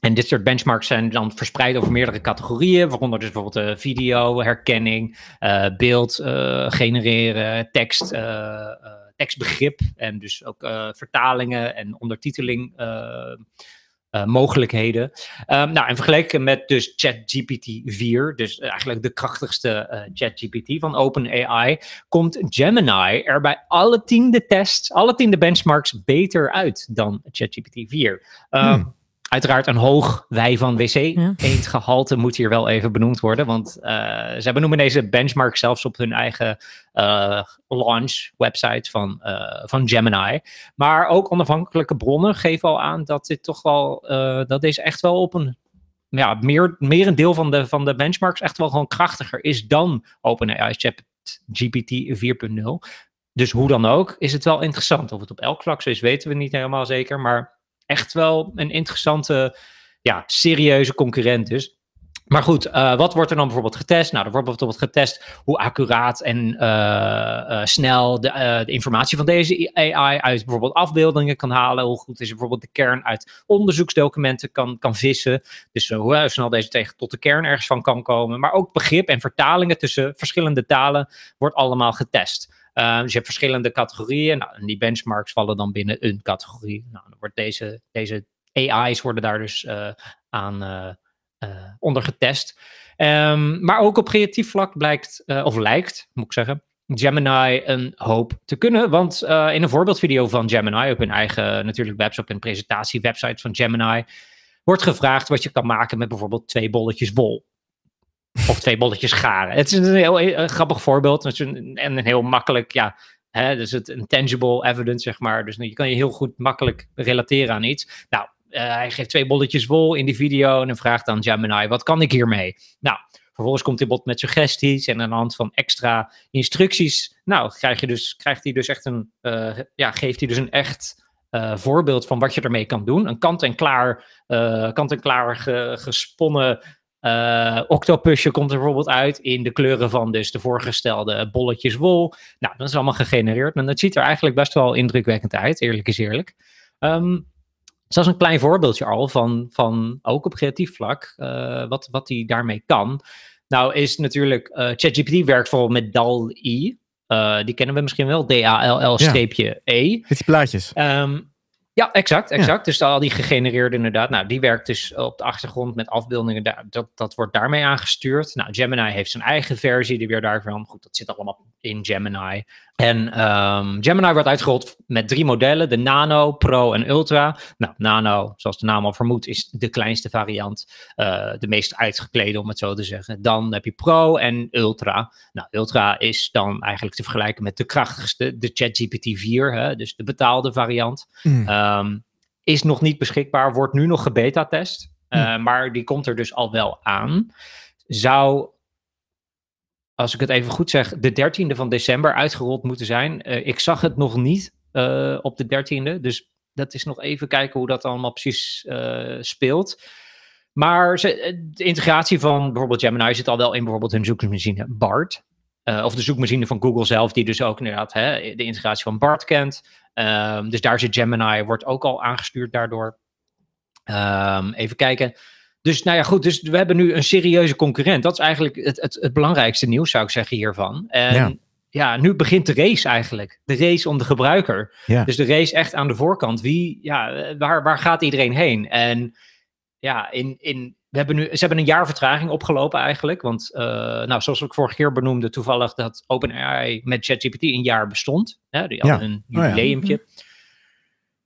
Speaker 1: En dit soort benchmarks zijn dan verspreid over meerdere categorieën, waaronder dus bijvoorbeeld eh, video, herkenning, eh, beeld eh, genereren, tekst, eh, eh, tekstbegrip en dus ook eh, vertalingen en ondertiteling eh, eh, mogelijkheden. Ehm, nou, en vergeleken met dus ChatGPT 4, dus eigenlijk de krachtigste eh, ChatGPT van OpenAI, komt Gemini er bij alle tiende tests, alle tiende benchmarks beter uit dan ChatGPT 4. Ehm,
Speaker 3: Hmm.
Speaker 1: Uiteraard een hoog wij van wc
Speaker 2: Ja.
Speaker 1: eendgehalte moet hier wel even benoemd worden, want eh zij benoemen deze benchmark zelfs op hun eigen eh, launch website van, eh, van Gemini. Maar ook onafhankelijke bronnen geven al aan dat dit toch wel, eh, dat deze echt wel op een, ja, meer, meer een deel van de, van de benchmarks echt wel gewoon krachtiger is dan OpenAI GPT 4.0. Dus hoe dan ook, is het wel interessant. Of het op elk vlak zo is, weten we niet helemaal zeker. Maar echt wel een interessante, ja, serieuze concurrent dus. Maar goed, eh, wat wordt er dan bijvoorbeeld getest? Nou, er wordt bijvoorbeeld getest hoe accuraat en eh, eh, snel de, eh, de informatie van deze AI uit bijvoorbeeld afbeeldingen kan halen. Hoe goed is bijvoorbeeld de kern uit onderzoeksdocumenten kan, kan vissen. Dus eh, hoe snel deze tegen tot de kern ergens van kan komen. Maar ook begrip en vertalingen tussen verschillende talen wordt allemaal getest. Eh, dus je hebt verschillende categorieën. Nou, en die benchmarks vallen dan binnen een categorie. Nou, dan wordt deze, deze AI's worden daar dus eh, aan eh, eh, onder getest. Ehm, maar ook op creatief vlak blijkt, eh, of lijkt, moet ik zeggen, Gemini een hoop te kunnen. Want eh, in een voorbeeldvideo van Gemini, op hun eigen natuurlijk webshop en presentatiewebsite van Gemini, wordt gevraagd wat je kan maken met bijvoorbeeld twee bolletjes wol. Of twee bolletjes garen. Het is een heel eh, grappig voorbeeld. Het is een- En een heel makkelijk, ja. Hè, dus het een tangible evidence, zeg maar. Dus je kan je heel goed makkelijk relateren aan iets. Nou, eh, hij geeft twee bolletjes wol in die video. En dan vraagt aan Gemini: wat kan ik hiermee? Nou, vervolgens komt die bot met suggesties. En aan de hand van extra instructies. Nou, krijg je dus, krijgt hij dus echt een. eh, ja, geeft hij dus een echt. eh, voorbeeld van wat je ermee kan doen. Een kant-en-klaar, eh, kant-en-klaar ge- gesponnen eh, octopusje komt er bijvoorbeeld uit in de kleuren van dus de voorgestelde bolletjes wol. Nou, dat is allemaal gegenereerd. Maar dat ziet er eigenlijk best wel indrukwekkend uit, eerlijk is eerlijk. Ehm dus dat is een klein voorbeeldje al van, van ook op creatief vlak, eh, wat, wat hij daarmee kan. Nou is natuurlijk, eh, ChatGPT werkt vooral met DAL-I. Eh, die kennen we misschien wel, D-A-L-L-E.
Speaker 3: Met die plaatjes.
Speaker 1: Ehm, ja, exact, exact. Dus al die gegenereerde inderdaad. Nou, die werkt dus op de achtergrond met afbeeldingen. Daar, dat, dat wordt daarmee aangestuurd. Nou, Gemini heeft zijn eigen versie die weer daarvan. Goed, dat zit allemaal in Gemini. En ehm, Gemini wordt uitgerold met drie modellen. De Nano, Pro en Ultra. Nou, Nano, zoals de naam al vermoedt, is de kleinste variant. eh, de meest uitgeklede, om het zo te zeggen. Dan heb je Pro en Ultra. Nou, Ultra is dan eigenlijk te vergelijken met de krachtigste, de ChatGPT 4, hè, dus de betaalde variant.
Speaker 3: Mm.
Speaker 1: Ehm, is nog niet beschikbaar, wordt nu nog gebeta-test, eh, maar die komt er dus al wel aan. Zou als ik het even goed zeg, de 13e van december uitgerold moeten zijn. Eh, ik zag het nog niet eh, op de 13e. Dus dat is nog even kijken hoe dat allemaal precies eh, speelt. Maar ze- eh, de integratie van bijvoorbeeld Gemini zit al wel in bijvoorbeeld hun zoekmachine BART. Eh, of de zoekmachine van Google zelf, die dus ook inderdaad hè, de integratie van BART kent. Ehm, dus daar zit Gemini, wordt ook al aangestuurd daardoor. Ehm, even kijken. Dus nou ja, goed. Dus we hebben nu een serieuze concurrent. Dat is eigenlijk het, het, het belangrijkste nieuws, zou ik zeggen, hiervan. En ja.
Speaker 3: Ja.
Speaker 1: nu begint de race eigenlijk. De race om de gebruiker.
Speaker 3: Ja.
Speaker 1: Dus de race echt aan de voorkant. Wie, ja, eh, waar, waar gaat iedereen heen? En ja, in, in, we hebben nu, ze hebben een jaar vertraging opgelopen eigenlijk. Want eh, nou, zoals ik vorige keer benoemde, toevallig dat OpenAI met ChatGPT een jaar bestond. Hè, die hadden
Speaker 3: Ja. Oh
Speaker 1: een
Speaker 3: ja.
Speaker 1: jubileumpje.
Speaker 2: Mhm.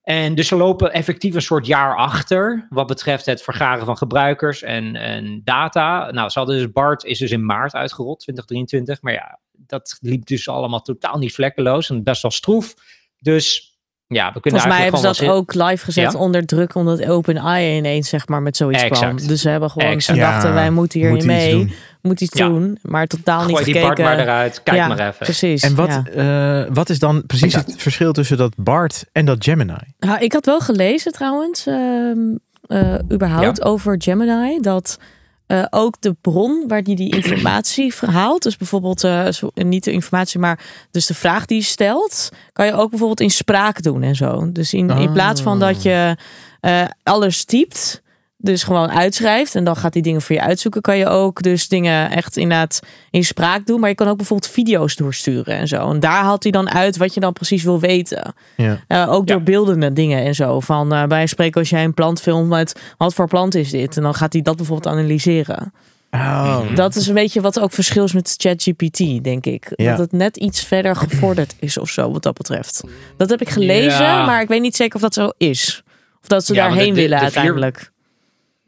Speaker 1: En dus ze lopen effectief een soort jaar achter wat betreft het vergaren van gebruikers en, en data. Nou, ze hadden dus BART is dus in maart uitgerold, 2023. Maar ja, dat liep dus allemaal totaal niet vlekkeloos en best wel stroef. Dus ja, we kunnen
Speaker 2: Volgens mij hebben
Speaker 1: eigenlijk
Speaker 2: ze dat
Speaker 1: gewoon wat
Speaker 2: ook live gezet
Speaker 1: Ja?
Speaker 2: onder druk, omdat OpenAI ineens zeg maar met zoiets
Speaker 1: Exact.
Speaker 2: kwam. Dus ze hebben gewoon,
Speaker 1: Exact.
Speaker 2: ze dachten wij moeten
Speaker 3: Moet
Speaker 2: hierin
Speaker 3: iets
Speaker 2: mee,
Speaker 3: doen.
Speaker 2: moet iets
Speaker 1: Ja.
Speaker 2: doen, maar totaal
Speaker 1: in-
Speaker 2: niet
Speaker 1: Gooi die
Speaker 2: gekeken.
Speaker 1: BART maar eruit, kijk
Speaker 2: Ja,
Speaker 1: maar even.
Speaker 2: Precies.
Speaker 3: En wat,
Speaker 2: Dus ja.
Speaker 3: eh, wat is dan precies
Speaker 1: Exact.
Speaker 3: het verschil tussen dat Bart en dat Gemini?
Speaker 2: Nou, ik had wel gelezen trouwens, ehm, eh, überhaupt over Gemini, dat eh, ook de bron waar die die informatie verhaalt, dus bijvoorbeeld eh, zo- niet de informatie, maar dus de vraag die je stelt, kan je ook bijvoorbeeld in spraak doen en zo. Dus in, in plaats van dat je eh, alles typt, dus gewoon uitschrijft en dan gaat die dingen voor je uitzoeken, kan je ook dus dingen echt inderdaad in spraak doen, maar je kan ook bijvoorbeeld video's doorsturen en zo. En daar haalt hij dan uit wat je dan precies wil weten.
Speaker 3: Ja.
Speaker 2: Eh, ook
Speaker 1: Ja.
Speaker 2: door beeldende dingen en zo. Van eh bij spreken als jij een plant filmt met wat voor plant is dit? En dan gaat hij dat bijvoorbeeld analyseren.
Speaker 3: Oh.
Speaker 2: Dat is een beetje wat ook verschil is met ChatGPT, denk ik.
Speaker 3: Ja.
Speaker 2: Dat het net iets verder gevorderd is of zo, wat dat betreft. Dat heb ik gelezen,
Speaker 1: Ja.
Speaker 2: maar ik weet niet zeker of dat zo is. Of dat ze
Speaker 1: Ja, want
Speaker 2: daarheen
Speaker 1: de- de-
Speaker 2: willen
Speaker 1: de vier-
Speaker 2: uiteindelijk.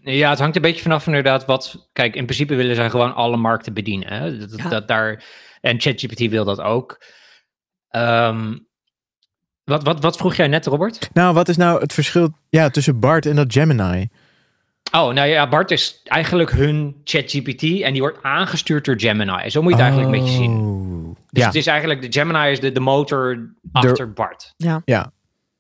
Speaker 1: Ja, het hangt een beetje vanaf inderdaad wat... Kijk, in principe willen zij gewoon alle markten bedienen. Hè? Dat,
Speaker 2: Ja.
Speaker 1: dat daar, en ChatGPT wil dat ook. Ehm, wat, wat, wat vroeg jij net, Robert?
Speaker 3: Nou, wat is nou het verschil ja, tussen Bart en dat Gemini?
Speaker 1: Oh, nou ja, Bart is eigenlijk hun ChatGPT en die wordt aangestuurd door Gemini. Zo moet je het eigenlijk een beetje zien.
Speaker 3: zien.
Speaker 1: Dus
Speaker 3: Oh, ja,
Speaker 1: het is eigenlijk, de Gemini is de, de motor achter Bart.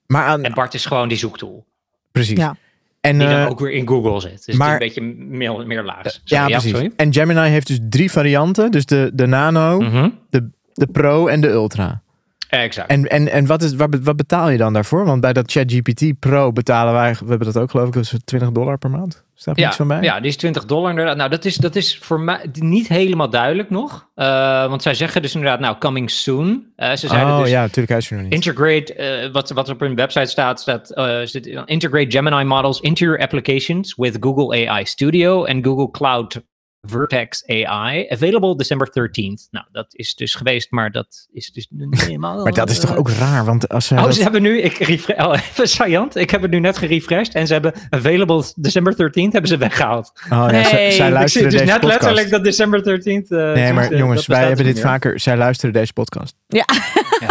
Speaker 3: maar aan,
Speaker 1: En Bart is gewoon die zoektool.
Speaker 3: precies.
Speaker 2: Ja.
Speaker 3: En,
Speaker 1: Die
Speaker 3: eh,
Speaker 1: dan ook weer in Google zit. Dus
Speaker 3: maar-
Speaker 1: het is een beetje meer, meer laag. Sorry,
Speaker 3: ja, precies. En Gemini heeft dus drie varianten. Dus de, de Nano,
Speaker 1: Mhm,
Speaker 3: de, de Pro en de Ultra.
Speaker 1: Exact.
Speaker 3: En, en, en wat, is, wat, be- wat betaal je dan daarvoor? Want bij dat ChatGPT Pro betalen wij, we hebben dat ook geloof ik, dat is 20 dollar per maand. Staat er
Speaker 1: ja,
Speaker 3: niks van bij?
Speaker 1: ja, die is 20 dollar inderdaad. Nou, dat is, dat is voor mij niet helemaal duidelijk nog. Eh, want zij zeggen dus inderdaad, nou, coming soon. Eh, ze zeiden
Speaker 3: oh
Speaker 1: dus,
Speaker 3: ja, natuurlijk hij is er nog niet.
Speaker 1: Integrate, eh, wat, wat op hun website staat, staat eh, zit, in- integrate Gemini models into your applications with Google AI Studio en Google Cloud Vertex AI. Available December 13th. Nou, dat is dus geweest, maar dat is dus nu niet helemaal.
Speaker 3: Maar dat is toch
Speaker 1: eh,
Speaker 3: ook raar, want als zij
Speaker 1: Oh,
Speaker 3: dat-
Speaker 1: ze hebben nu, ik refre- oh, even saillant, ik heb het nu net gerefreshed en ze hebben available December 13th hebben ze weggehaald.
Speaker 3: Oh ja, zij,
Speaker 2: Nee.
Speaker 3: zij
Speaker 1: Ik zie
Speaker 3: luisteren
Speaker 1: dus net
Speaker 3: deze podcast.
Speaker 1: letterlijk dat December 13th. eh,
Speaker 3: Nee,
Speaker 1: dus, eh,
Speaker 3: maar jongens,
Speaker 1: dat
Speaker 3: wij
Speaker 1: bestaat dus
Speaker 3: hebben dit
Speaker 1: niet meer.
Speaker 3: vaker. Zij luisteren deze podcast.
Speaker 2: Ja.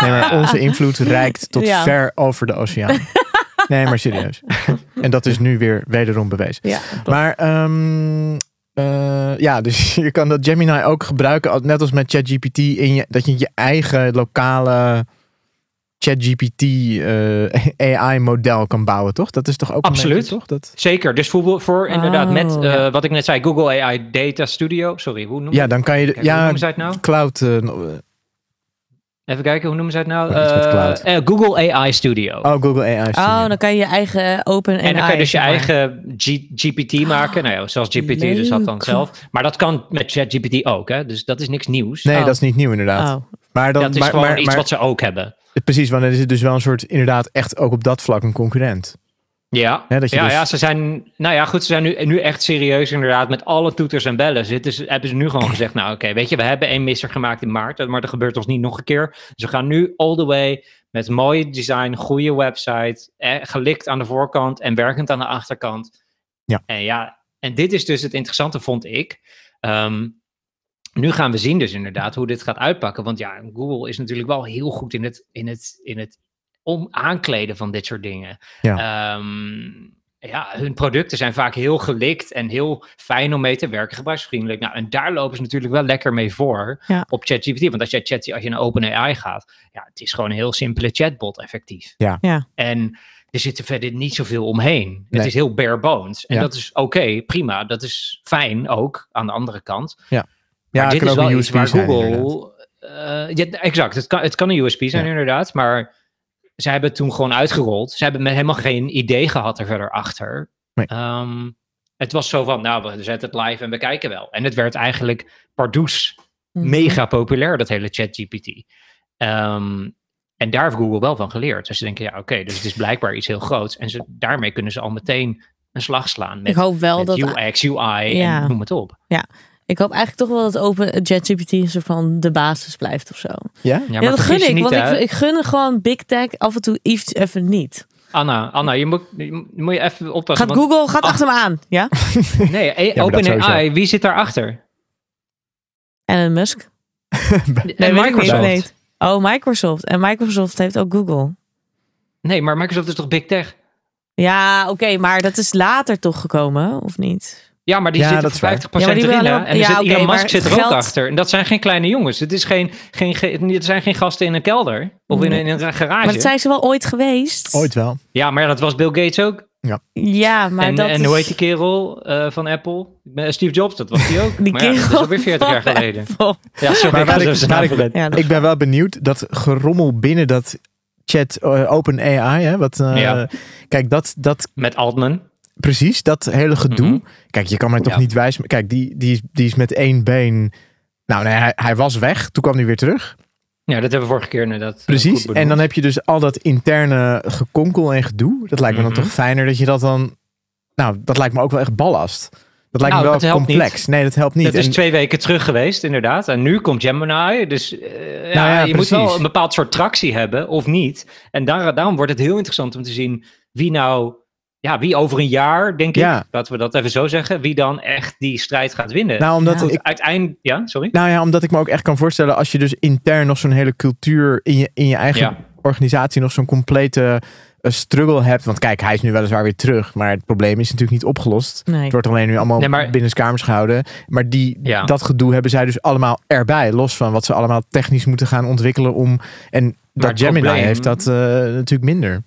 Speaker 3: Nee, maar onze invloed reikt tot
Speaker 2: Ja.
Speaker 3: ver over de oceaan. Nee, maar serieus. En dat is nu weer wederom bewezen.
Speaker 2: Ja,
Speaker 3: Maar ehm, eh, ja, dus je kan dat Gemini ook gebruiken, als- net als met ChatGPT, in je, dat je je eigen lokale ChatGPT eh, AI-model kan bouwen, toch? Dat is toch ook een
Speaker 1: Absoluut.
Speaker 3: beetje, toch? Dat,
Speaker 1: Zeker, dus voor, voor inderdaad met
Speaker 2: Oh,
Speaker 1: eh,
Speaker 2: ja.
Speaker 1: wat ik net zei, Google AI Data Studio. Sorry, hoe noem
Speaker 3: ja, dan kan je de-
Speaker 1: Kijk, hoe
Speaker 3: ja,
Speaker 1: noemen ze het nou?
Speaker 3: cloud. eh, no-
Speaker 1: Even kijken, hoe noemen ze het nou?
Speaker 3: Oh, iets met
Speaker 1: Eh,
Speaker 3: cloud.
Speaker 1: eh, Google AI Studio.
Speaker 3: oh, Google AI. Studio.
Speaker 2: Oh, dan kan je je eigen open
Speaker 1: en dan kan je dus je
Speaker 2: zeg maar.
Speaker 1: eigen G- GPT maken. Nou ja, zoals GPT dus had dan
Speaker 2: Leuk.
Speaker 1: zelf. Maar dat kan met ChatGPT ook, hè? Dus dat is niks nieuws.
Speaker 3: Nee,
Speaker 2: Oh.
Speaker 3: dat is niet nieuw inderdaad.
Speaker 2: Oh.
Speaker 3: Maar dan,
Speaker 1: dat is
Speaker 3: maar,
Speaker 1: gewoon
Speaker 3: maar,
Speaker 1: iets
Speaker 3: maar-
Speaker 1: wat ze ook hebben.
Speaker 3: precies, want er is het dus wel een soort, inderdaad, echt ook op dat vlak een concurrent.
Speaker 1: Ja,
Speaker 3: Ja, dat je
Speaker 1: ja,
Speaker 3: dus-
Speaker 1: ja, ze zijn, nou ja, goed, ze zijn nu, nu echt serieus inderdaad met alle toeters en bellen. Zitten, ze- hebben ze nu gewoon gezegd, nou oké, weet je, we hebben één misser gemaakt in maart, maar dat gebeurt ons niet nog een keer. Dus we gaan nu all the way met mooi design, goede website, eh, gelikt aan de voorkant en werkend aan de achterkant.
Speaker 3: Ja.
Speaker 1: En ja, en dit is dus het interessante, vond ik. Ehm, nu gaan we zien dus inderdaad hoe dit gaat uitpakken. Want ja, Google is natuurlijk wel heel goed in het, in het, in het om aankleden van dit soort dingen.
Speaker 3: Ja.
Speaker 1: Ehm, ja, hun producten zijn vaak heel gelikt en heel fijn om mee te werken, gebruiksvriendelijk. Nou, en daar lopen ze natuurlijk wel lekker mee voor
Speaker 2: Ja.
Speaker 1: op ChatGPT. Want als je, chat, als je naar OpenAI gaat, ja, het is gewoon een heel simpele chatbot effectief.
Speaker 3: Ja.
Speaker 2: Ja.
Speaker 1: En er zitten verder niet zoveel omheen.
Speaker 3: Nee.
Speaker 1: Het is heel bare bones. En
Speaker 3: Ja.
Speaker 1: dat is oké, prima. Dat is fijn ook, aan de andere kant.
Speaker 3: Ja,
Speaker 1: maar dit
Speaker 3: kan
Speaker 1: is
Speaker 3: ook
Speaker 1: wel
Speaker 3: een
Speaker 1: iets
Speaker 3: USP
Speaker 1: waar
Speaker 3: zijn, inderdaad.
Speaker 1: Google... eh, ja, exact, het kan, het kan een USB zijn
Speaker 3: Ja.
Speaker 1: inderdaad, maar... Zij hebben het toen gewoon uitgerold. Ze hebben me- helemaal geen idee gehad er verder achter.
Speaker 3: Nee.
Speaker 1: Ehm, het was zo van, nou, we zetten het live en we kijken wel. En het werd eigenlijk pardoes
Speaker 2: Oh. Mhm.
Speaker 1: mega populair, dat hele ChatGPT. Ehm, en daar heeft Google wel van geleerd. Dus ze denken, ja, oké, dus het is blijkbaar iets heel groots. En ze, daarmee kunnen ze al meteen een slag slaan
Speaker 2: Ik
Speaker 1: met,
Speaker 2: hoop wel
Speaker 1: met
Speaker 2: dat
Speaker 1: UX, UI
Speaker 2: Ja.
Speaker 1: en noem het op.
Speaker 2: Ik hoop eigenlijk toch wel dat open ChatGPT een soort van de basis blijft of zo.
Speaker 3: Ja?
Speaker 1: Ja,
Speaker 2: Ja, dat
Speaker 1: vergis
Speaker 2: gun
Speaker 1: je
Speaker 2: ik,
Speaker 1: niet,
Speaker 2: want
Speaker 1: hè.
Speaker 2: ik, ik gun gewoon Big Tech af en toe iets even niet.
Speaker 1: Anna, Anna, je moet, je moet je even oppassen.
Speaker 2: Gaat Google,
Speaker 1: Ah.
Speaker 2: gaat achter me aan. Ja?
Speaker 1: Google... Nee, eh,
Speaker 3: dat
Speaker 1: OpenAI, wie zit daarachter?
Speaker 2: Elon Musk?
Speaker 1: En
Speaker 2: weet ik niet.
Speaker 1: Microsoft.
Speaker 2: Nee. Oh, Microsoft. En Microsoft heeft ook Google.
Speaker 1: Nee, maar Microsoft is toch big tech?
Speaker 2: Ja, oké, maar dat is later toch gekomen, of niet?
Speaker 1: Ja, maar die
Speaker 3: Ja, dat
Speaker 1: zitten
Speaker 3: is
Speaker 1: voor 50%
Speaker 3: waar.
Speaker 2: Ja, maar die
Speaker 1: erin.
Speaker 2: willen
Speaker 1: hè?
Speaker 2: wel-
Speaker 1: En er
Speaker 2: ja,
Speaker 1: zit,
Speaker 2: oké,
Speaker 1: Elon
Speaker 2: maar
Speaker 1: Musk zit
Speaker 2: het
Speaker 1: er ook
Speaker 2: geld-
Speaker 1: achter. En dat zijn geen kleine jongens. Het, is geen, geen, geen, het zijn geen gasten in een kelder. Of in, een- in een garage.
Speaker 2: Maar dat zijn ze wel ooit geweest.
Speaker 3: Ooit wel.
Speaker 1: Ja, maar dat was Bill Gates ook.
Speaker 2: Ja, maar
Speaker 1: en
Speaker 2: dat
Speaker 1: en
Speaker 2: is...
Speaker 1: hoe heet die kerel eh, van Apple? Eh, Steve Jobs, dat was die ook.
Speaker 2: Die
Speaker 1: maar ja, dat is
Speaker 2: kerel
Speaker 1: alweer 40 jaar
Speaker 2: van
Speaker 1: geleden.
Speaker 2: Apple.
Speaker 1: Ja, sorry,
Speaker 3: Maar
Speaker 1: ik
Speaker 3: waar
Speaker 1: was dus
Speaker 3: ik-
Speaker 1: even zijn
Speaker 3: waar
Speaker 1: naam
Speaker 3: ik-
Speaker 1: vergeten.
Speaker 2: Ja, dat-
Speaker 3: Ik ben wel benieuwd dat gerommel binnen dat chat eh, open AI. Hè, wat, eh,
Speaker 1: Ja.
Speaker 3: Kijk, dat, dat
Speaker 1: Met Altman.
Speaker 3: precies, dat hele gedoe.
Speaker 1: Mhm.
Speaker 3: Kijk, je kan mij toch
Speaker 1: Ja.
Speaker 3: niet wijs. Kijk, die, die, is- die is met één been. Nou, nee, hij, hij was weg. Toen kwam hij weer terug.
Speaker 1: Ja, dat hebben we vorige keer inderdaad. eh,
Speaker 3: Precies.
Speaker 1: goed
Speaker 3: En dan
Speaker 1: benoemd.
Speaker 3: heb je dus al dat interne gekonkel en gedoe. Dat lijkt me
Speaker 1: Mhm.
Speaker 3: dan toch fijner dat je dat dan. Nou, dat lijkt me ook wel echt ballast. Dat lijkt
Speaker 1: Nou,
Speaker 3: me
Speaker 1: dat
Speaker 3: wel
Speaker 1: helpt
Speaker 3: complex. Nee, dat helpt niet.
Speaker 1: Dat is
Speaker 3: En-
Speaker 1: twee weken terug geweest, inderdaad. En nu komt Gemini. Dus eh, ja,
Speaker 3: Nou ja,
Speaker 1: je moet
Speaker 3: precies.
Speaker 1: wel een bepaald soort tractie hebben, of niet. En daar, daarom wordt het heel interessant om te zien wie nou... Ja, wie over een jaar, denk
Speaker 3: Ja.
Speaker 1: ik, laten we dat even zo zeggen, wie dan echt die strijd gaat winnen.
Speaker 3: nou, omdat
Speaker 2: Ja.
Speaker 3: ik,
Speaker 1: Uiteindelijk, ja, sorry.
Speaker 3: Nou ja, omdat ik me ook echt kan voorstellen als je dus intern nog zo'n hele cultuur in je, in je eigen
Speaker 1: Ja.
Speaker 3: organisatie nog zo'n complete eh, struggle hebt. Want kijk, hij is nu weliswaar weer terug, maar het probleem is natuurlijk niet opgelost.
Speaker 2: Nee.
Speaker 3: Het wordt alleen nu allemaal
Speaker 1: Nee, maar-
Speaker 3: binnen de kamers gehouden. Maar die,
Speaker 1: Ja.
Speaker 3: dat gedoe hebben zij dus allemaal erbij. Los van wat ze allemaal technisch moeten gaan ontwikkelen om... En
Speaker 1: het
Speaker 3: dat Gemini
Speaker 1: probleem-
Speaker 3: heeft dat eh, natuurlijk minder.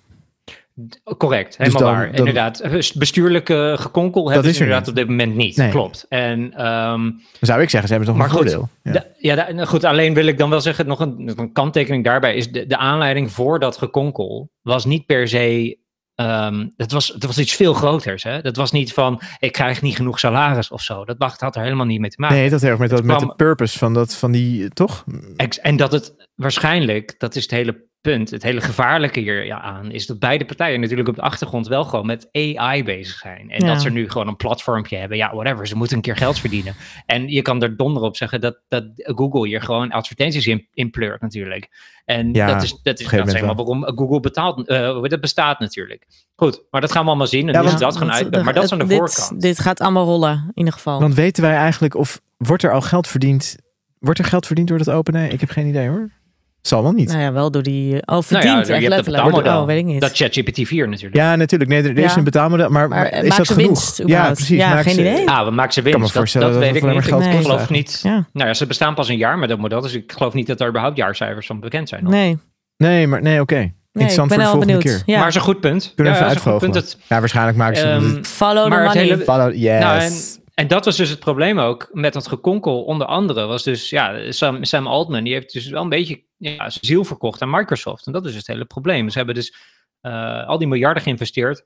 Speaker 1: Correct, helemaal
Speaker 3: Dus dan-
Speaker 1: waar.
Speaker 3: dan-
Speaker 1: Inderdaad, bestuurlijke gekonkel hebben ze
Speaker 3: is er
Speaker 1: inderdaad
Speaker 3: niet.
Speaker 1: op dit moment niet.
Speaker 3: Nee.
Speaker 1: Klopt. En ehm,
Speaker 3: Dan zou ik zeggen, ze hebben toch
Speaker 1: Maar
Speaker 3: een
Speaker 1: goed,
Speaker 3: voordeel. Ja.
Speaker 1: da- ja, da- nou goed, alleen wil ik dan wel zeggen, nog een, nog een kanttekening daarbij is, de, de aanleiding voor dat gekonkel was niet per se, ehm het, was, het was iets veel groters. Hè? Dat was niet van, ik krijg niet genoeg salaris of zo. Dat wacht- had er helemaal niet mee te maken.
Speaker 3: Nee, dat heeft met, dat, met
Speaker 1: kwam-
Speaker 3: de purpose van, dat, van die, eh, toch?
Speaker 1: Ex- en dat het waarschijnlijk, dat is het hele punt, het hele gevaarlijke hier ja, aan, is dat beide partijen natuurlijk op de achtergrond wel gewoon met AI bezig zijn. En
Speaker 2: Ja.
Speaker 1: dat ze nu gewoon een platformpje hebben, ja, whatever, ze moeten een keer geld verdienen. En je kan er donder op zeggen dat, dat Google hier gewoon advertenties in, in pleurt natuurlijk. En
Speaker 3: Ja,
Speaker 1: dat is, dat is,
Speaker 3: gegeven
Speaker 1: dat is
Speaker 3: moment
Speaker 1: helemaal waarom Google betaalt, eh, hoe heet dat bestaat natuurlijk. Goed, maar dat gaan we allemaal zien en
Speaker 3: Ja,
Speaker 1: nu is
Speaker 3: want-
Speaker 1: dat gewoon uit. Maar dat is aan de
Speaker 2: dit,
Speaker 1: voorkant.
Speaker 2: Dit gaat allemaal rollen, in ieder geval.
Speaker 3: Want weten wij eigenlijk of wordt er al geld verdiend? Wordt er geld verdiend door dat open? Nee, ik heb geen idee hoor. Zal wel niet.
Speaker 2: nou ja, wel door die... Oh,
Speaker 1: Nou ja,
Speaker 2: verdiend,
Speaker 1: je
Speaker 2: echt
Speaker 1: hebt dat
Speaker 2: letterlijk.
Speaker 1: betaalmodel.
Speaker 2: Oh, weet ik niet.
Speaker 1: Dat ChatGPT 4 natuurlijk.
Speaker 3: Ja, natuurlijk. Nee, er, er is
Speaker 2: Ja.
Speaker 3: een betaalmodel, maar,
Speaker 2: Maar,
Speaker 3: maar
Speaker 2: eh,
Speaker 3: is
Speaker 2: maakt
Speaker 3: dat
Speaker 2: ze
Speaker 3: genoeg?
Speaker 2: winst
Speaker 3: ja,
Speaker 2: überhaupt?
Speaker 3: precies.
Speaker 2: Ja,
Speaker 3: maakt
Speaker 2: geen
Speaker 3: ze-
Speaker 2: idee.
Speaker 1: Ah, we maken ze winst.
Speaker 3: me
Speaker 1: Dat-
Speaker 3: voorstellen
Speaker 1: dat,
Speaker 3: dat
Speaker 1: weet
Speaker 3: het
Speaker 1: ik
Speaker 3: alleen
Speaker 1: niet.
Speaker 3: maar
Speaker 1: Ik
Speaker 3: geld
Speaker 2: kost
Speaker 1: geloof
Speaker 3: eigenlijk.
Speaker 1: niet.
Speaker 2: Ja.
Speaker 1: Nou ja, ze bestaan pas een jaar met dat model. Dus ik geloof niet dat er überhaupt jaarcijfers van bekend zijn. nog.
Speaker 2: Nee,
Speaker 3: Nee, maar nee, oké.
Speaker 2: nee ik ben
Speaker 3: Interessant voor de
Speaker 2: wel
Speaker 3: volgende
Speaker 2: benieuwd.
Speaker 3: keer.
Speaker 2: Ja.
Speaker 1: Maar is een goed punt.
Speaker 3: Kunnen we
Speaker 1: ja,
Speaker 3: even
Speaker 1: is een goed
Speaker 3: uitvogelen.
Speaker 1: punt.
Speaker 3: Ja, waarschijnlijk maken ze...
Speaker 1: Ehm,
Speaker 3: het-
Speaker 2: Follow
Speaker 1: Maar het
Speaker 2: the money.
Speaker 1: hele-
Speaker 3: Follow- yes.
Speaker 1: nou, en, en dat was dus het probleem ook met dat gekonkel. Onder andere was dus, ja, Sam, Sam Altman, die heeft dus wel een beetje ja, zijn ziel verkocht aan Microsoft. En dat is het hele probleem. Ze hebben dus eh, al die miljarden geïnvesteerd.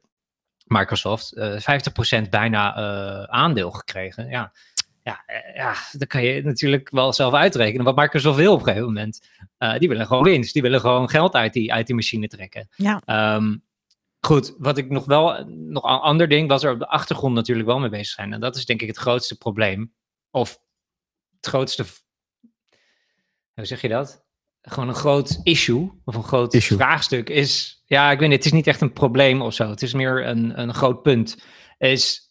Speaker 1: Microsoft, eh 50% bijna eh, aandeel gekregen. Ja. Ja, eh, ja, dat kan je natuurlijk wel zelf uitrekenen. Wat Microsoft wil op een gegeven moment. Eh, die willen gewoon winst. Die willen gewoon geld uit die, uit die machine trekken.
Speaker 2: Ja.
Speaker 1: Ehm, goed, wat ik nog wel... Nog een ander ding was er op de achtergrond natuurlijk wel mee bezig zijn. En dat is denk ik het grootste probleem. Of het grootste... Hoe zeg je dat? Gewoon een groot issue. Of een groot
Speaker 3: Issue.
Speaker 1: vraagstuk is... Ja, ik weet niet. Het is niet echt een probleem of zo. Het is meer een, een groot punt. Is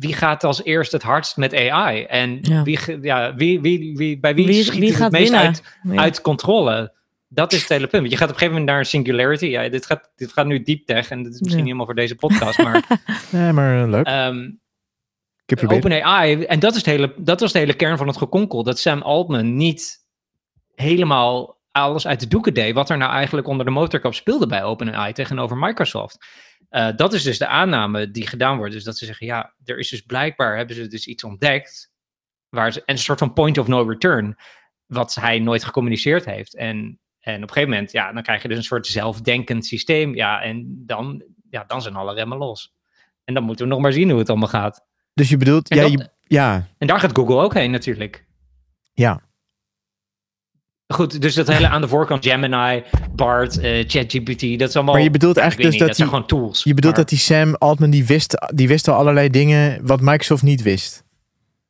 Speaker 1: wie gaat als eerst het hardst met AI? En
Speaker 2: Ja.
Speaker 1: Wie, ge- ja, wie, wie, wie, bij wie,
Speaker 2: Wie-
Speaker 1: schiet
Speaker 2: wie
Speaker 1: het
Speaker 2: gaat
Speaker 1: het meest
Speaker 2: winnen?
Speaker 1: uit,
Speaker 2: Ja.
Speaker 1: uit controle? Dat is het hele punt. Want je gaat op een gegeven moment naar een singularity. Ja, dit, gaat, dit gaat nu deep tech en dat is misschien
Speaker 2: Ja.
Speaker 1: niet helemaal voor deze podcast. Maar
Speaker 3: Nee, maar eh, leuk.
Speaker 1: ehm,
Speaker 3: Ik
Speaker 1: Eh,
Speaker 3: heb geprobeerd.
Speaker 1: OpenAI, en dat, is het hele, dat was de hele kern van het gekonkel. Dat Sam Altman niet helemaal alles uit de doeken deed. Wat er nou eigenlijk onder de motorkap speelde bij OpenAI tegenover Microsoft. Eh, dat is dus de aanname die gedaan wordt. Dus dat ze zeggen, ja, er is dus blijkbaar, hebben ze dus iets ontdekt. Waar ze, en een soort van point of no return. Wat hij nooit gecommuniceerd heeft. En, en op een gegeven moment, ja, dan krijg je dus een soort zelfdenkend systeem. Ja, en dan, ja, dan zijn alle remmen los. En dan moeten we nog maar zien hoe het allemaal gaat.
Speaker 3: Dus je bedoelt,
Speaker 1: En
Speaker 3: ja,
Speaker 1: dat-
Speaker 3: je- ja,
Speaker 1: En daar gaat Google ook heen natuurlijk.
Speaker 3: Ja.
Speaker 1: Goed, dus dat hele aan de voorkant Gemini, BART, eh, ChatGPT, dat is allemaal...
Speaker 3: maar je bedoelt
Speaker 1: ik weet
Speaker 3: eigenlijk
Speaker 1: niet,
Speaker 3: dus
Speaker 1: dat,
Speaker 3: dat
Speaker 1: zijn
Speaker 3: die,
Speaker 1: gewoon tools.
Speaker 3: je bedoelt
Speaker 1: maar
Speaker 3: dat die Sam Altman, die wist, die wist al allerlei dingen wat Microsoft niet wist.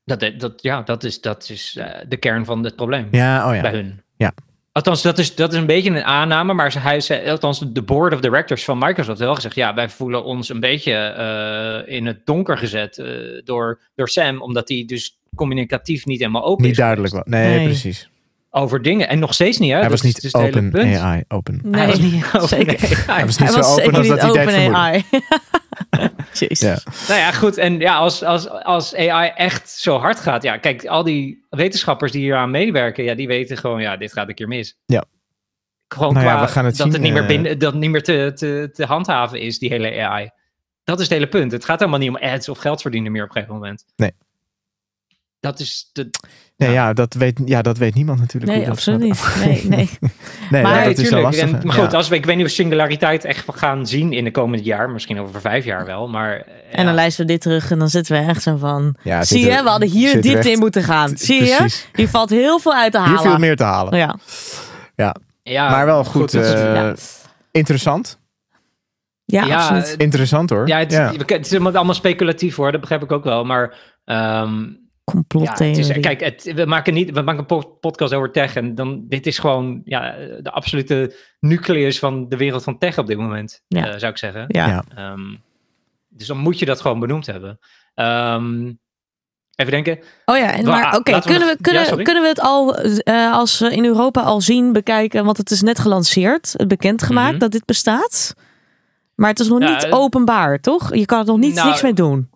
Speaker 1: dat, dat, ja, dat is, dat is eh, de kern van het probleem
Speaker 3: Ja, oh ja.
Speaker 1: bij hun.
Speaker 3: Ja.
Speaker 1: Althans, dat is, dat is een beetje een aanname, maar ze- hij zei, althans, de board of directors van Microsoft heeft wel gezegd, ja, wij voelen ons een beetje eh, in het donker gezet eh, door, door Sam, omdat hij dus communicatief niet helemaal open
Speaker 3: Niet
Speaker 1: is
Speaker 3: duidelijk
Speaker 1: geweest
Speaker 3: wat. Nee,
Speaker 2: Nee.
Speaker 3: precies.
Speaker 1: over dingen. En nog steeds niet, hè?
Speaker 3: hij
Speaker 1: Dat
Speaker 3: was
Speaker 1: is
Speaker 3: niet
Speaker 1: dus het hele
Speaker 3: open
Speaker 1: punt.
Speaker 3: AI, open.
Speaker 2: Nee,
Speaker 1: hij was niet open.
Speaker 2: zeker.
Speaker 1: Oh, Nee, hij-
Speaker 3: Hij was niet
Speaker 2: hij
Speaker 3: zo
Speaker 2: was
Speaker 3: open
Speaker 2: zeker
Speaker 3: als
Speaker 2: niet
Speaker 3: dat hij deed
Speaker 2: open
Speaker 3: vermoeden.
Speaker 2: AI. Jezus.
Speaker 3: Ja.
Speaker 1: Nou ja, goed. En ja, als, als, als AI echt zo hard gaat. Ja, kijk, al die wetenschappers die hier aan meewerken. Ja, die weten gewoon, ja, dit gaat een keer mis.
Speaker 3: Ja.
Speaker 1: Gewoon
Speaker 3: Nou ja,
Speaker 1: qua
Speaker 3: we gaan het
Speaker 1: dat het
Speaker 3: zien,
Speaker 1: niet meer,
Speaker 3: eh.
Speaker 1: binnen, dat het niet meer te, te, te handhaven is, die hele AI. Dat is het hele punt. Het gaat helemaal niet om ads of geld verdienen meer op een gegeven moment.
Speaker 3: Nee.
Speaker 1: Dat is de,
Speaker 3: Nee,
Speaker 1: Ja.
Speaker 3: ja. dat weet, ja, dat weet niemand natuurlijk.
Speaker 2: Nee,
Speaker 3: hoe dat
Speaker 2: absoluut
Speaker 3: gaat.
Speaker 2: niet. Nee, nee.
Speaker 3: nee,
Speaker 2: Maar-
Speaker 3: ja,
Speaker 1: Nee,
Speaker 3: dat is wel
Speaker 1: tuurlijk.
Speaker 3: lastig.
Speaker 1: En-
Speaker 3: hè.
Speaker 1: maar goed,
Speaker 3: Ja.
Speaker 1: als we, ik weet niet of singulariteit echt gaan zien in de komende jaar. Misschien over vijf jaar wel, maar... eh,
Speaker 2: En
Speaker 1: ja.
Speaker 2: dan luisteren we dit terug en dan zitten we echt zo van...
Speaker 3: Ja, het
Speaker 2: Zie
Speaker 3: zit er-
Speaker 2: je, we hadden
Speaker 3: zit
Speaker 2: hier
Speaker 3: er echt
Speaker 2: diepte in moeten gaan.
Speaker 3: t-
Speaker 2: Zie je?
Speaker 3: precies.
Speaker 2: Hier valt heel veel uit te
Speaker 3: Hier
Speaker 2: halen.
Speaker 3: veel meer te halen.
Speaker 2: Ja.
Speaker 1: Ja,
Speaker 3: maar wel goed.
Speaker 1: dat is-
Speaker 3: eh,
Speaker 2: ja.
Speaker 3: Interessant.
Speaker 2: Ja,
Speaker 1: ja,
Speaker 2: absoluut.
Speaker 1: eh,
Speaker 3: Interessant hoor.
Speaker 1: ja, het,
Speaker 3: ja.
Speaker 1: we- het is allemaal speculatief hoor, dat begrijp ik ook wel. Maar ehm, ja, het is,
Speaker 2: Complottheorie.
Speaker 1: kijk, het, we, maken niet, we maken een po- podcast over tech. En dan, dit is gewoon ja, de absolute nucleus van de wereld van tech op dit moment,
Speaker 2: Ja.
Speaker 1: eh, zou ik zeggen.
Speaker 2: ja.
Speaker 3: Ja.
Speaker 1: Ehm, dus dan moet je dat gewoon benoemd hebben. Ehm, even denken.
Speaker 2: Oh ja, en
Speaker 1: Wa- ah,
Speaker 2: maar oké,
Speaker 1: laten we
Speaker 2: kunnen,
Speaker 1: nog-
Speaker 2: we, kunnen,
Speaker 1: Ja, sorry.
Speaker 2: kunnen we het al eh, als we in Europa al zien, bekijken? Want het is net gelanceerd, bekendgemaakt
Speaker 1: Mhm.
Speaker 2: dat dit bestaat. Maar het is nog
Speaker 1: Ja,
Speaker 2: niet
Speaker 1: eh,
Speaker 2: openbaar, toch? Je kan er nog niet,
Speaker 1: Nou,
Speaker 2: niks mee doen.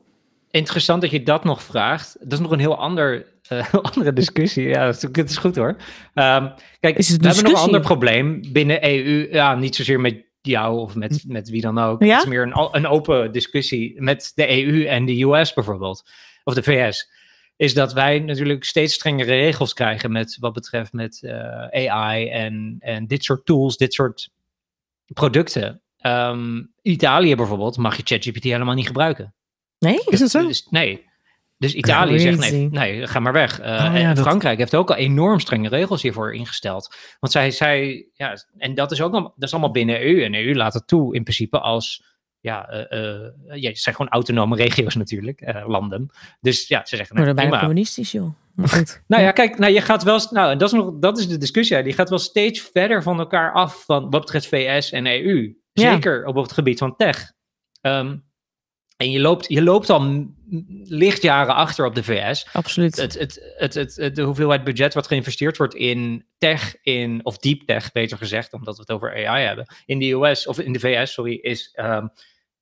Speaker 1: Interessant dat je dat nog vraagt. Dat is nog een heel ander, eh, heel andere discussie. Ja, dat is, dat is goed hoor. Ehm, kijk,
Speaker 2: Is het een
Speaker 1: we hebben nog een
Speaker 2: discussie?
Speaker 1: ander probleem binnen EU. Ja, niet zozeer met jou of met, met wie dan ook.
Speaker 2: Hm. Ja?
Speaker 1: Het is meer een, al- een open discussie met de EU en de US bijvoorbeeld. Of de VS. Is dat wij natuurlijk steeds strengere regels krijgen met wat betreft met eh, AI en, en dit soort tools, dit soort producten. Ehm, Italië bijvoorbeeld mag je ChatGPT helemaal niet gebruiken.
Speaker 2: Nee?
Speaker 3: Is dat zo?
Speaker 1: Dus, nee. Dus Italië zegt nee,
Speaker 2: Crazy.
Speaker 1: nee, ga maar weg. Eh,
Speaker 3: Ah, ja,
Speaker 1: en
Speaker 3: dat-
Speaker 1: Frankrijk heeft ook al enorm strenge regels hiervoor ingesteld. Want zij, zij ja, en dat is ook allemaal, dat is allemaal binnen EU. En EU laat het toe in principe als, ja, eh, eh, ja het zijn gewoon autonome regio's natuurlijk, eh, landen. Dus ja, ze zeggen,
Speaker 2: We
Speaker 1: nee,
Speaker 2: worden bijna
Speaker 1: prima.
Speaker 2: communistisch, joh. Maar goed.
Speaker 1: Nou ja, kijk, nou, je gaat wel. s- Nou, dat is, nog, dat is de discussie. hè. Die gaat wel steeds verder van elkaar af. Van wat betreft VS en EU.
Speaker 2: Ja.
Speaker 1: Zeker op het gebied van tech. Ehm, en je loopt, je loopt al m- lichtjaren achter op de VS
Speaker 2: absoluut.
Speaker 1: het, het, het, het, het- de hoeveelheid budget wat geïnvesteerd wordt in tech, in, of deep tech, beter gezegd, omdat we het over AI hebben, in de US, of in de VS, sorry, is ehm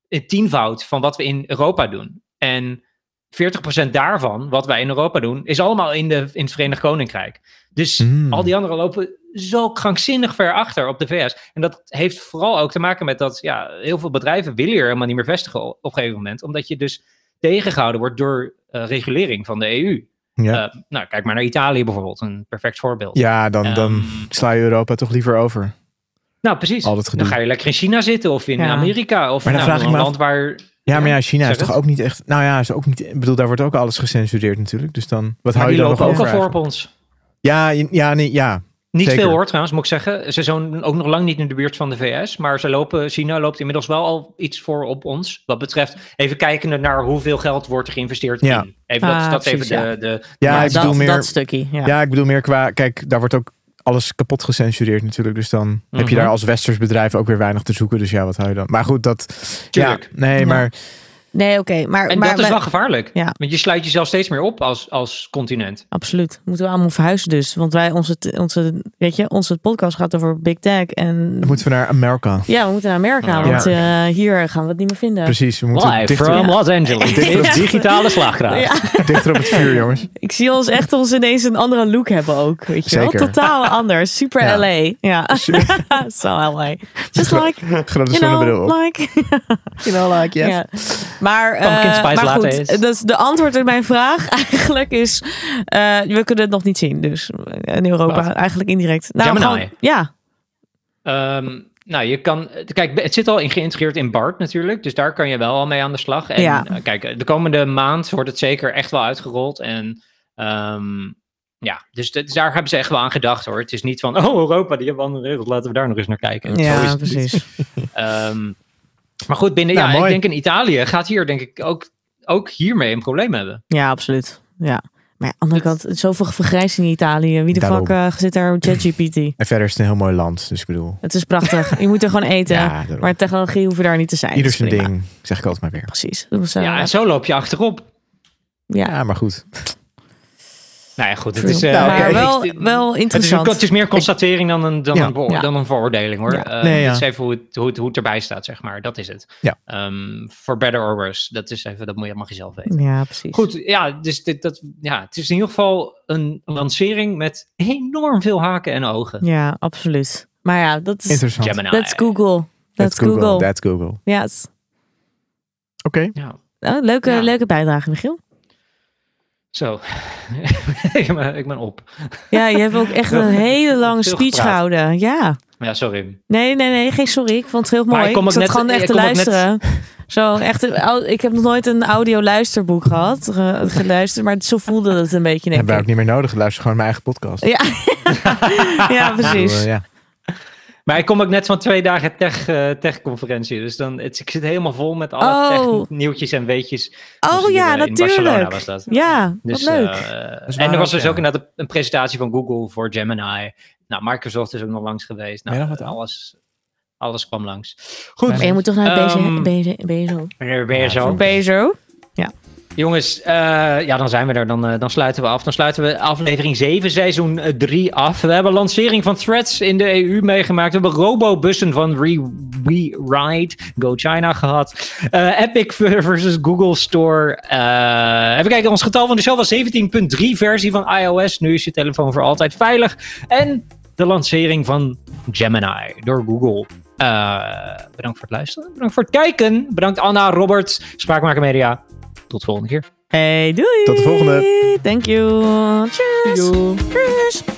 Speaker 1: een tienvoud van wat we in Europa doen. En 40% daarvan, wat wij in Europa doen, is allemaal in, de, in het Verenigd Koninkrijk. Dus
Speaker 3: Mm.
Speaker 1: al die anderen lopen zo krankzinnig ver achter op de VS. En dat heeft vooral ook te maken met dat ja, heel veel bedrijven willen hier helemaal niet meer vestigen op een gegeven moment. Omdat je dus tegengehouden wordt door eh, regulering van de EU.
Speaker 3: Ja.
Speaker 1: Eh, nou, kijk maar naar Italië bijvoorbeeld, een perfect voorbeeld.
Speaker 3: Ja, dan, dan
Speaker 1: Ehm,
Speaker 3: sla je Europa toch liever over.
Speaker 1: nou, precies.
Speaker 3: al dat
Speaker 1: Dan
Speaker 3: gedoe.
Speaker 1: ga je lekker in China zitten of in
Speaker 2: Ja.
Speaker 1: Amerika of
Speaker 3: Maar dan
Speaker 1: nou,
Speaker 3: vraag
Speaker 1: een
Speaker 3: ik me af-
Speaker 1: land waar.
Speaker 3: Ja, maar ja, China
Speaker 1: Zeg
Speaker 3: is toch
Speaker 1: het.
Speaker 3: ook niet echt... Nou ja, is ook niet... Ik bedoel, daar wordt ook alles gecensureerd natuurlijk. Dus dan,
Speaker 1: Maar
Speaker 3: wat hou je
Speaker 1: die
Speaker 3: dan nog
Speaker 1: lopen ook
Speaker 3: over
Speaker 1: al voor
Speaker 3: eigenlijk?
Speaker 1: op ons.
Speaker 3: Ja, je- ja, nee, ja.
Speaker 1: Niet
Speaker 3: Zeker.
Speaker 1: veel hoor trouwens, moet ik zeggen. Ze zijn ook nog lang niet in de buurt van de VS. Maar ze lopen, China loopt inmiddels wel al iets voor op ons. Wat betreft, even kijken naar hoeveel geld wordt er geïnvesteerd
Speaker 3: Ja.
Speaker 1: in. Even, dat,
Speaker 2: Ah,
Speaker 1: dat is even
Speaker 2: precies, ja.
Speaker 1: de, de...
Speaker 3: Ja,
Speaker 1: Maar
Speaker 3: ik
Speaker 2: dat,
Speaker 3: bedoel meer...
Speaker 2: dat stukje. Ja.
Speaker 3: Ja, ik bedoel meer qua... Kijk, daar wordt ook alles kapot gecensureerd natuurlijk. Dus dan heb je
Speaker 1: Mhm.
Speaker 3: daar als westers bedrijf ook weer weinig te zoeken. Dus ja, wat hou je dan? Maar goed, dat...
Speaker 1: Tuurlijk.
Speaker 3: Ja, nee,
Speaker 2: Ja.
Speaker 3: maar...
Speaker 2: Nee, oké. maar,
Speaker 1: En
Speaker 2: maar,
Speaker 1: dat is
Speaker 2: maar-
Speaker 1: wel gevaarlijk.
Speaker 2: Ja.
Speaker 1: Want je sluit jezelf steeds meer op als, als continent.
Speaker 2: Absoluut. Moeten we allemaal verhuizen dus. Want wij, onze, onze, weet je, onze podcast gaat over Big Tech. En
Speaker 3: Dan moeten we naar Amerika.
Speaker 2: ja, we moeten naar Amerika.
Speaker 1: Ja.
Speaker 2: Want eh, hier gaan we het niet meer vinden.
Speaker 3: Precies, we moeten
Speaker 1: Live
Speaker 3: dichter,
Speaker 1: from Los Angeles.
Speaker 3: Dichter op-
Speaker 1: Dit is digitale slaggraaf.
Speaker 2: Ja,
Speaker 3: dichter op het vuur, jongens.
Speaker 2: ik zie ons echt ons ineens een andere look hebben ook. Weet je wel?
Speaker 3: Zeker.
Speaker 2: Totaal anders. Super
Speaker 3: Ja.
Speaker 2: LA. Ja,
Speaker 3: Super.
Speaker 2: so LA. Just like,
Speaker 3: Grote
Speaker 2: you
Speaker 3: zonnebril op.
Speaker 2: know, like.
Speaker 3: like,
Speaker 2: Ja. Maar, eh,
Speaker 1: Pumpkin spice
Speaker 2: maar
Speaker 1: latte
Speaker 2: goed,
Speaker 1: is.
Speaker 2: dus de antwoord op mijn vraag eigenlijk is, eh, we kunnen het nog niet zien. Dus eh, in Europa,
Speaker 1: Wat?
Speaker 2: eigenlijk indirect. Nou,
Speaker 1: Gemini.
Speaker 2: ja,
Speaker 1: Ehm, nou, je kan. Kijk, het zit al in geïntegreerd in BART natuurlijk. Dus daar kan je wel al mee aan de slag. En
Speaker 2: Ja.
Speaker 1: eh, kijk, de komende maand wordt het zeker echt wel uitgerold. En ehm, ja, dus, dat- daar hebben ze echt wel aan gedacht hoor. Het is niet van, oh Europa, die hebben andere regels. Laten we daar nog eens naar kijken. Zo is
Speaker 2: ja
Speaker 1: het niet.
Speaker 2: precies.
Speaker 1: Ehm, maar goed, binnen.
Speaker 3: Nou,
Speaker 1: ja,
Speaker 3: mooi.
Speaker 1: ik denk in Italië gaat hier denk ik ook, ook hiermee een probleem hebben.
Speaker 2: Ja, absoluut. Ja. Maar ja, aan de andere kant, zoveel vergrijzing in Italië. Wie de
Speaker 3: Daarom.
Speaker 2: fuck eh, zit daar op ChatGPT?
Speaker 3: En verder is het een heel mooi land, dus ik bedoel...
Speaker 2: Het is prachtig. Je moet er gewoon eten.
Speaker 3: Ja, daarom.
Speaker 2: maar technologie hoeft daar niet te zijn.
Speaker 3: Ieder
Speaker 2: Dat is
Speaker 3: zijn
Speaker 2: prima.
Speaker 3: ding, zeg ik altijd maar weer.
Speaker 2: Precies. Dat was, eh,
Speaker 1: ja,
Speaker 2: ja,
Speaker 1: en zo loop je achterop.
Speaker 3: Ja, maar goed.
Speaker 1: Nou ja, goed. Het
Speaker 2: True.
Speaker 1: is, eh,
Speaker 3: Nou,
Speaker 2: maar
Speaker 3: oké.
Speaker 2: wel,
Speaker 1: ik-
Speaker 2: wel
Speaker 1: Het is, een-
Speaker 2: interessant.
Speaker 1: het is meer constatering dan een, dan
Speaker 3: Ja.
Speaker 1: een, beo-
Speaker 2: Ja.
Speaker 1: dan een veroordeling hoor.
Speaker 2: Ja.
Speaker 1: Eh,
Speaker 3: Nee, ja.
Speaker 1: Het is even hoe het, hoe, het, hoe het erbij staat, zeg maar. Dat is het.
Speaker 3: Ja.
Speaker 1: Ehm, for better or worse. Dat is even, dat moet je, mag je zelf weten.
Speaker 2: Ja, precies.
Speaker 1: Goed, ja, dus dit, dat, ja, het is in ieder geval een lancering met enorm veel haken en ogen.
Speaker 2: Ja, absoluut. Maar ja, dat is,
Speaker 3: Interessant.
Speaker 1: Gemini.
Speaker 2: dat is Google. Dat is Google.
Speaker 3: That's Google. Oké.
Speaker 2: Ja, het is-
Speaker 1: Ja,
Speaker 2: oh, leuke,
Speaker 1: Ja.
Speaker 2: leuke bijdrage, Michiel.
Speaker 1: zo. ik, ben, ik ben op.
Speaker 2: Ja, je hebt ook echt een hele lange
Speaker 1: Veel
Speaker 2: speech
Speaker 1: gepraat.
Speaker 2: gehouden. Ja.
Speaker 1: Ja, sorry.
Speaker 2: Nee, nee, nee, geen sorry. Ik vond het heel mooi.
Speaker 1: ik kom ook
Speaker 2: zat
Speaker 1: net-
Speaker 2: gewoon echt
Speaker 1: ik
Speaker 2: te
Speaker 1: kom ook net-
Speaker 2: luisteren. Zo, echt, een au- ik heb nog nooit een audio luisterboek gehad, ge- geluisterd, maar zo voelde het een beetje, denk
Speaker 3: Hebben wij ook
Speaker 2: ik.
Speaker 3: niet meer nodig. Luister gewoon mijn eigen podcast.
Speaker 2: Ja. ja,
Speaker 3: Ik bedoel, eh,
Speaker 2: precies.
Speaker 3: ja.
Speaker 1: Maar ik kom ook net van twee dagen tech, eh, tech-conferentie. dus dan, het, ik zit helemaal vol met alle
Speaker 2: Oh.
Speaker 1: tech-nieuwtjes en weetjes. Was
Speaker 2: Oh
Speaker 1: hier,
Speaker 2: ja,
Speaker 1: eh, in Barcelona was
Speaker 2: natuurlijk.
Speaker 1: dat.
Speaker 2: Ja, wat
Speaker 1: Dus,
Speaker 2: leuk.
Speaker 1: eh,
Speaker 3: is
Speaker 1: en
Speaker 3: waar
Speaker 1: er was
Speaker 3: ook,
Speaker 1: dus
Speaker 3: ja.
Speaker 1: ook inderdaad een- een presentatie van Google voor Gemini. Nou, Microsoft is ook nog langs geweest. Nou,
Speaker 3: Ja, dat gaat
Speaker 1: alles, alles kwam langs. Goed,
Speaker 2: Maar je moet toch naar
Speaker 1: Ehm,
Speaker 2: BZ, BZ, BZO.
Speaker 1: weer ben je
Speaker 3: Ja,
Speaker 1: zo.
Speaker 2: BZO?
Speaker 1: Jongens, eh, ja, dan zijn we er. Dan, eh, dan sluiten we af. Dan sluiten we aflevering 7, seizoen 3 af. We hebben lancering van Threads in de EU meegemaakt. We hebben robobussen van Re We Ride, Go China gehad. Eh, Epic versus Google Store. Eh, even kijken, ons getal van de show was 17.3 versie van iOS. Nu is je telefoon voor altijd veilig. En de lancering van Gemini door Google. Eh, bedankt voor het luisteren. Bedankt voor het kijken. Bedankt Anna, Robert, Spraakmaker Media. Tot volgende keer.
Speaker 2: Hey, doei.
Speaker 3: Tot de volgende.
Speaker 2: Thank you. Cheers. Cheers.